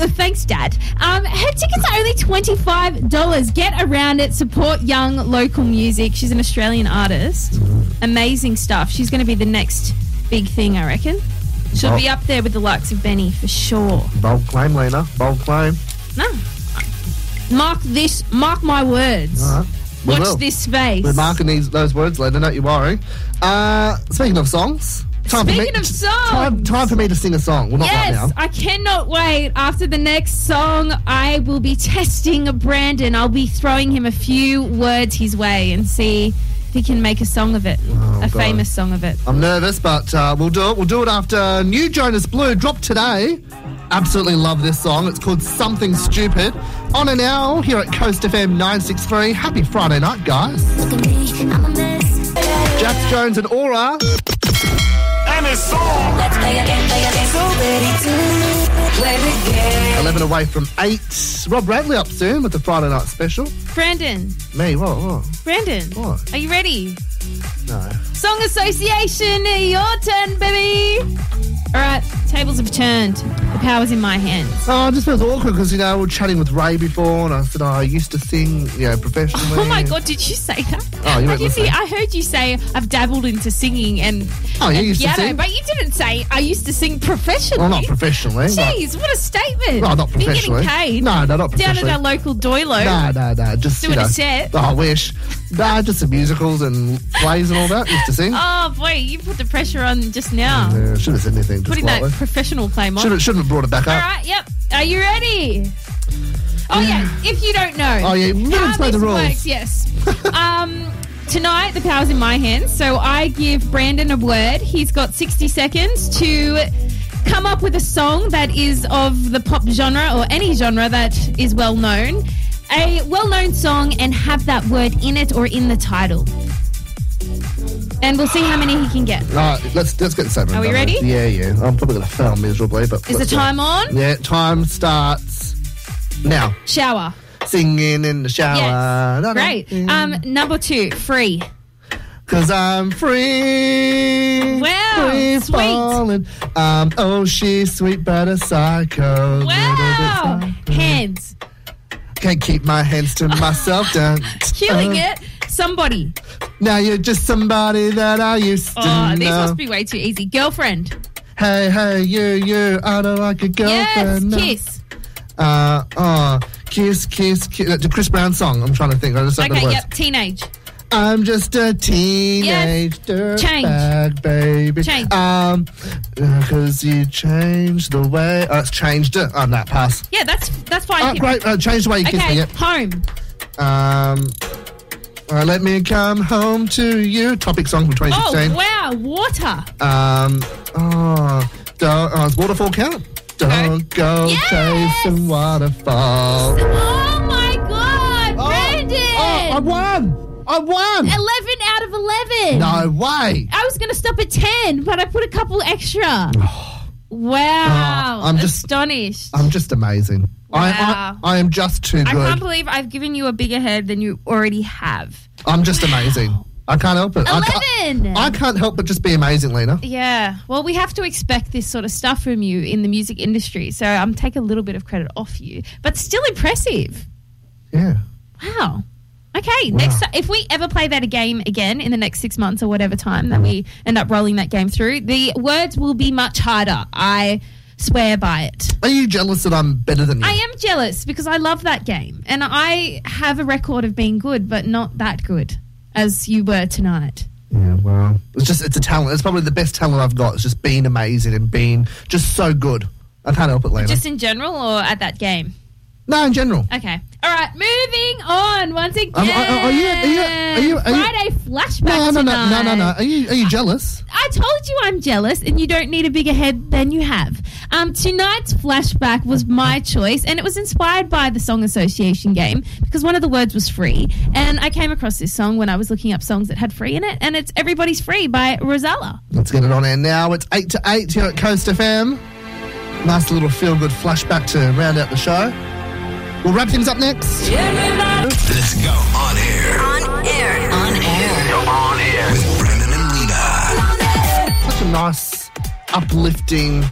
S16: uh, thanks, Dad. Um, her tickets are only twenty five dollars. Get around it. Support young local music. She's an Australian artist.
S13: Mm-hmm.
S16: Amazing stuff. She's going to be the next big thing, I reckon. She'll be up there with the likes of Benny for sure.
S13: Bold claim, Lena. Bold claim.
S16: No, mark this. Mark my words.
S13: All right. We
S16: Watch
S13: will.
S16: this space.
S13: We're marking these those words, Lena. Don't you worry. Uh, speaking of songs, time
S16: Speaking
S13: for me,
S16: of songs!
S13: time, time for me to sing a song. Well, not
S16: yes,
S13: right now.
S16: I cannot wait. After the next song, I will be testing Brandon. I'll be throwing him a few words his way and see if he can make a song of it, a
S13: Oh, God.
S16: famous song of it.
S13: I'm nervous, but uh, we'll do it. We'll do it after New Jonas Blue dropped today. Absolutely love this song. It's called Something Stupid. On an hour here at Coast FM 963. Happy Friday night, guys. Jack Jones and Aura.
S9: And it's on. Let's play a game, play a game. So ready to play the game.
S13: 11 away from 8. Rob Radley up soon with the Friday night special.
S16: Brandon,
S13: Me, what? what?
S16: Brandon,
S13: What?
S16: are you ready?
S13: No.
S16: Song Association, your turn, baby. All right, tables have turned. The power's in my hands.
S13: Oh, it just feels awkward because, you know, we were chatting with Ray before and I said, oh, I used to sing, you know, professionally.
S16: Oh my god, did you say that?
S13: Oh, you
S16: I,
S13: weren't
S16: can see,
S13: listening.
S16: I heard you say I've dabbled into singing and,
S13: Oh, you
S16: and
S13: used to
S16: piano,
S13: sing.
S16: but you didn't say I used to sing professionally.
S13: Well, not professionally. but-
S16: Jeez, what a statement!
S13: Well, not professionally.
S16: You're getting paid.
S13: No, no,
S16: Down at
S13: not professionally.
S16: our local doilo.
S13: No, no, no. Just
S16: Doing
S13: you know,
S16: a set.
S13: Oh, I wish. Nah, just the musicals and plays and all that. Used to sing.
S16: Oh boy, you put the pressure on just now.
S13: Yeah, should have said anything. Just
S16: Putting
S13: lightly.
S16: that professional claim on.
S13: Shouldn't shouldn't have brought it back
S16: All
S13: up.
S16: right, yep. Are you ready? Oh yeah. If you don't know.
S13: Oh, yeah, you better
S16: how
S13: explain the
S16: this
S13: rules.
S16: works, yes. um, tonight the power's in my hands, so I give Brandon a word. He's got sixty seconds to come up with a song that is of the pop genre or any genre that is well known. A well-known song and have that word in it or in the title. And we'll see how many he can get.
S13: All right, let's let's get this over. and
S16: Are we
S13: done with.
S16: ready?
S13: Yeah, yeah. I'm probably gonna fail miserably, but
S16: Is the
S13: let's
S16: time on?
S13: Yeah, time starts now.
S16: Shower.
S13: Singing in the shower.
S16: Yes.
S13: Da-da. Mm.
S16: Great. Um, number two, free.
S13: Cause I'm free.
S16: Wow,
S13: free
S16: sweet.
S13: falling. Um, oh, she's sweet but a psycho.
S16: Wow. Hands.
S13: Can't keep my hands
S16: [LAUGHS]
S13: to myself. Down. Uh,
S16: Killing
S13: Uh-huh.
S16: it. Somebody.
S13: Now you're just somebody that I used to
S16: Oh, these
S13: know.
S16: must be way too easy. Girlfriend.
S13: hey, hey, you, you, I don't like a
S16: Yes.
S13: girlfriend. no.
S16: Kiss.
S13: Uh, oh, kiss, kiss, kiss. The Chris Brown song. I'm trying to think. I just don't know
S16: Okay,
S13: the words.
S16: yep. Teenage.
S13: I'm just a teenage dirtbag, baby.
S16: Change.
S13: Um, because you changed the way. Oh, it's changed it. Oh, no, pass.
S16: Yeah, that's that's fine.
S13: Oh, great. Uh, change the way you kiss
S16: Okay,
S13: me. Yep.
S16: home.
S13: Um, uh, let me come home to you. Topic song from
S16: Oh,
S13: 2016.
S16: wow. Water.
S13: Um, oh, don't, oh, it's waterfall count. Don't go chasing waterfall.
S16: Oh, my God. Brandon.
S13: Oh, I won. I won.
S16: 11 out of 11.
S13: No way.
S16: I was going to stop at 10, but I put a couple
S13: [SIGHS]
S16: extra. wow.
S13: Oh, I'm just-
S16: astonished.
S13: I'm just amazing. I,
S16: Wow.
S13: I, I am just too
S18: I
S13: good.
S18: can't believe I've given you a bigger head than you already have.
S13: I'm just amazing. I can't help it. I can't,
S18: 11!
S13: I can't help but just be amazing, Lena.
S18: Yeah.
S16: Well, we have to expect this sort of stuff from you in the music industry. So I'm taking a little bit of credit off you, but still impressive.
S13: Yeah.
S16: Wow. Okay. Next, ti- if we ever play that a game again in the next six months or whatever time that we end up rolling that game through, the words will be much harder. I swear by it.
S13: Are you jealous that I'm better than you?
S16: I am jealous because I love that game and I have a record of being good, but not that good as you were tonight.
S13: Yeah, well, it's just it's a talent. It's probably the best talent I've got. It's just being amazing and being just so good. I can't help it, Lena.
S16: Just in general or at that game?
S13: No, in general.
S16: Okay. All right, moving on once again.
S13: Um, are- are you- are you- are you- are you-
S16: Friday flashback
S13: No, no, no,
S16: tonight.
S13: no, no, no. Are you are you jealous?
S16: I told you I'm jealous, and you don't need a bigger head than you have. Um, tonight's flashback was my choice, and it was inspired by the Song Association game because one of the words was free. And I came across this song when I was looking up songs that had free in it, and it's Everybody's Free by Rosella.
S13: Let's get it on air now. It's eight to eight here at Coast FM. Nice little feel good flashback to round out the show. We'll wrap things up next.
S2: Let's go on air. On air. On air. Go on air with Brendan and Lena.
S13: Such a nice, uplifting,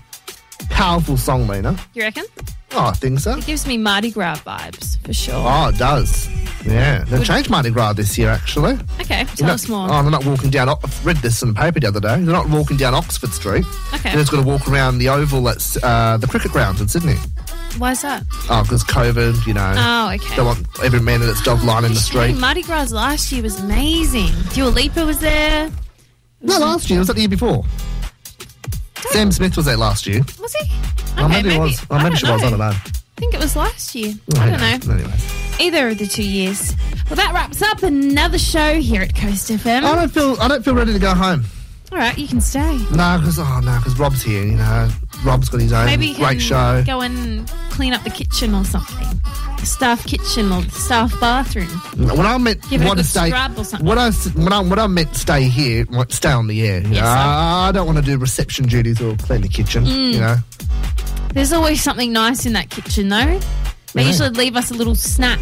S13: powerful song, Lena.
S16: You reckon?
S13: Oh, I think so.
S16: It gives me Mardi Gras vibes for sure.
S13: Oh, it does. Yeah, they've changed Mardi Gras this year, actually.
S16: Okay,
S13: They're
S16: tell
S13: not-
S16: us more.
S13: Oh, they're not walking down. I've read this in the paper the other day. They're not walking down Oxford Street.
S16: Okay.
S13: They're just going to walk around the oval at uh, the cricket grounds in Sydney.
S16: Why's that?
S13: Oh, because COVID, you know.
S16: Oh, okay.
S13: They want every man and its dog lying in the
S16: Hey,
S13: street.
S16: Mardi Gras last year was amazing. Dua Lipa was there.
S13: No, last year. Was that the year before? Sam Smith was there last year.
S16: Was he? Okay,
S13: Oh, maybe, it was. Oh,
S16: I
S13: maybe
S16: don't
S13: she was. I
S16: know.
S13: don't know.
S16: I think it was last year. I
S13: Oh, who
S16: don't know.
S13: knows? Anyway.
S16: Either of the two years. Well, that wraps up another show here at Coast FM.
S13: I don't feel I don't feel ready to go home.
S16: All right, you can stay.
S13: No, because oh no, because Rob's here. You know, Rob's got his own
S16: Maybe you can
S13: great show.
S16: go and clean up the kitchen or something. The staff kitchen or the staff bathroom.
S13: When I meant
S16: Give it a
S13: want to
S16: good
S13: stay,
S16: scrub or something.
S13: when I s- when I when I meant stay here, like, stay on the air. You know, I, I don't want to do reception duties or clean the kitchen.
S16: Mm.
S13: You know,
S16: There's always something nice in that kitchen, though. They
S13: Yeah.
S16: usually leave us a little snack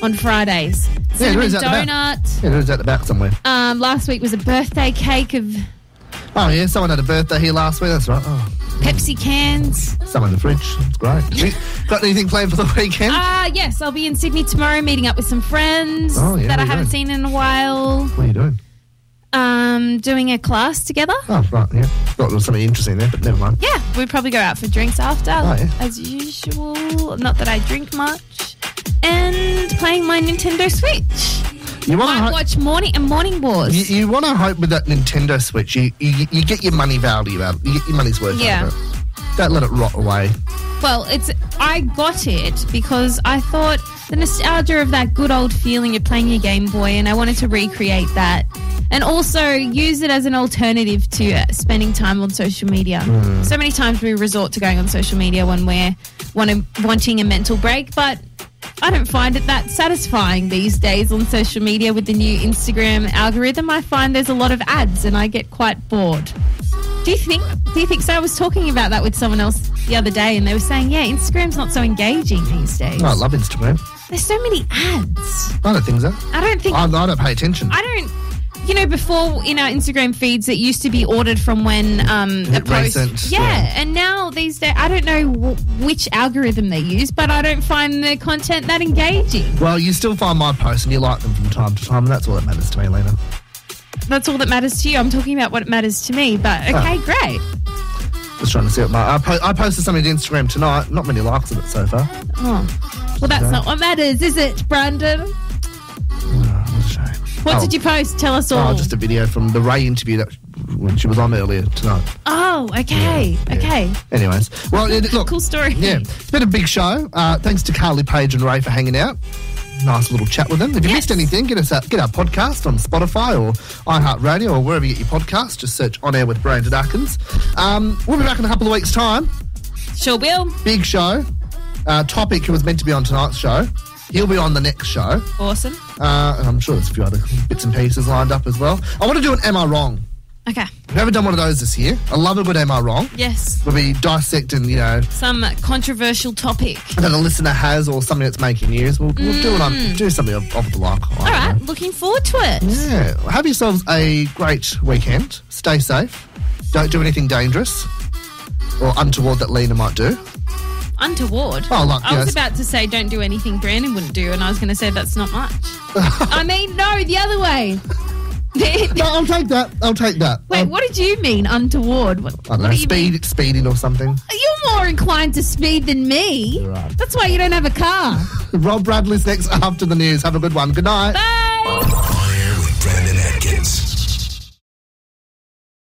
S16: on Fridays.
S13: yeah, there
S16: Cinnamon
S13: is out the back.
S16: donut.
S13: Yeah, there is out the back somewhere.
S16: Um, last week was a birthday cake of
S13: Oh yeah, someone had a birthday here last week. That's right. Oh,
S16: Pepsi cans.
S13: some in the fridge.
S16: [LAUGHS]
S13: That's great. You got anything planned for the weekend?
S16: Uh, yes, I'll be in Sydney tomorrow meeting up with some friends
S13: Oh, yeah,
S16: that I
S13: we
S16: haven't
S13: go.
S16: seen in a while.
S13: what are you doing?
S16: Um, doing a class together.
S13: Oh right, yeah. Thought there was something interesting there, but never mind.
S16: Yeah, we probably go out for drinks after,
S13: Oh, yeah.
S16: as usual. Not that I drink much. And playing my Nintendo Switch.
S13: You want
S16: Might watch morning and morning wars.
S13: You, you want to hope with that Nintendo Switch, you, you you get your money value out. You get your money's worth.
S16: Yeah.
S13: Out of it. Don't let it rot away.
S16: Well, it's I got it because I thought the nostalgia of that good old feeling of playing your Game Boy, and I wanted to recreate that, and also use it as an alternative to uh, spending time on social media.
S12: Mm.
S16: So many times we resort to going on social media when we're want wanting a mental break, but I don't find it that satisfying these days on social media with the new Instagram algorithm. I find there's a lot of ads, and I get quite bored. Do you think? Do you think so? I was talking about that with someone else the other day, and they were saying, "Yeah, Instagram's not so engaging these days.
S13: No, I love Instagram.
S16: There's so many ads.
S13: I don't think so.
S16: I don't think.
S13: I, I don't pay attention.
S16: I don't. You know, before in our Instagram feeds, it used to be ordered from when um, a post.
S13: Recent,
S16: yeah,
S13: yeah.
S16: and now these days, I don't know w- which algorithm they use, but I don't find the content that engaging.
S13: Well, you still find my posts and you like them from time to time, and that's all that matters to me, Lena.
S16: That's all that matters to you. I'm talking about what matters to me. But
S13: Oh.
S16: okay, great.
S13: Just trying to see what my. I, po- I posted something to Instagram tonight. Not many likes of it so far.
S16: Oh, well, that's
S13: Okay.
S16: not what matters, is it, Brandon?
S13: Ah,
S16: What
S13: Oh.
S16: did you post? Tell us all.
S13: Oh, just a video from the Ray interview that when she was on earlier tonight.
S16: Oh, okay, okay.
S13: Anyways, well, it, look,
S16: cool story.
S13: Yeah, it's been a big show. Uh, thanks to Carly Page and Ray for hanging out. Nice little chat with them. If you missed anything, get us our, get our podcast on Spotify or iHeartRadio or wherever you get your podcast. Just search On Air with Brandon Atkins. Um, we'll be back in a couple of weeks' time.
S16: Sure will.
S13: Big show. Uh, topic who was meant to be on tonight's show. He'll be on the next show.
S16: Awesome.
S13: Uh, and I'm sure there's a few other bits and pieces lined up as well. I want to do an Am I Wrong?
S16: Okay.
S13: We haven't done one of those this year. I love a good Am I Wrong.
S16: Yes.
S13: We'll be dissecting, you know,
S16: Some controversial topic.
S13: that a listener has or something that's making news, we'll, we'll do it on
S16: Mm.
S13: do something of, of the like.
S16: All right. Looking forward to it.
S13: Yeah. Have yourselves a great weekend. Stay safe. Don't do anything dangerous or untoward that Lena might do.
S16: Untoward.
S13: Oh, like,
S16: I was
S13: yes.
S16: about to say, don't do anything Brandon wouldn't do, and I was going to say that's not
S13: [LAUGHS]
S16: much. I mean, no, the other way. [LAUGHS]
S13: no, I'll take that. I'll take that.
S16: Wait, what did you mean untoward? What,
S13: I don't
S16: what
S13: know,
S16: do you
S13: speed,
S16: mean?
S13: speeding or something. [LAUGHS]
S16: You're more inclined to speed than me.
S13: You're right. [LAUGHS]
S16: That's why you don't have a car.
S13: Rob Bradley's next after the news. Have a good one. Good night.
S16: Bye.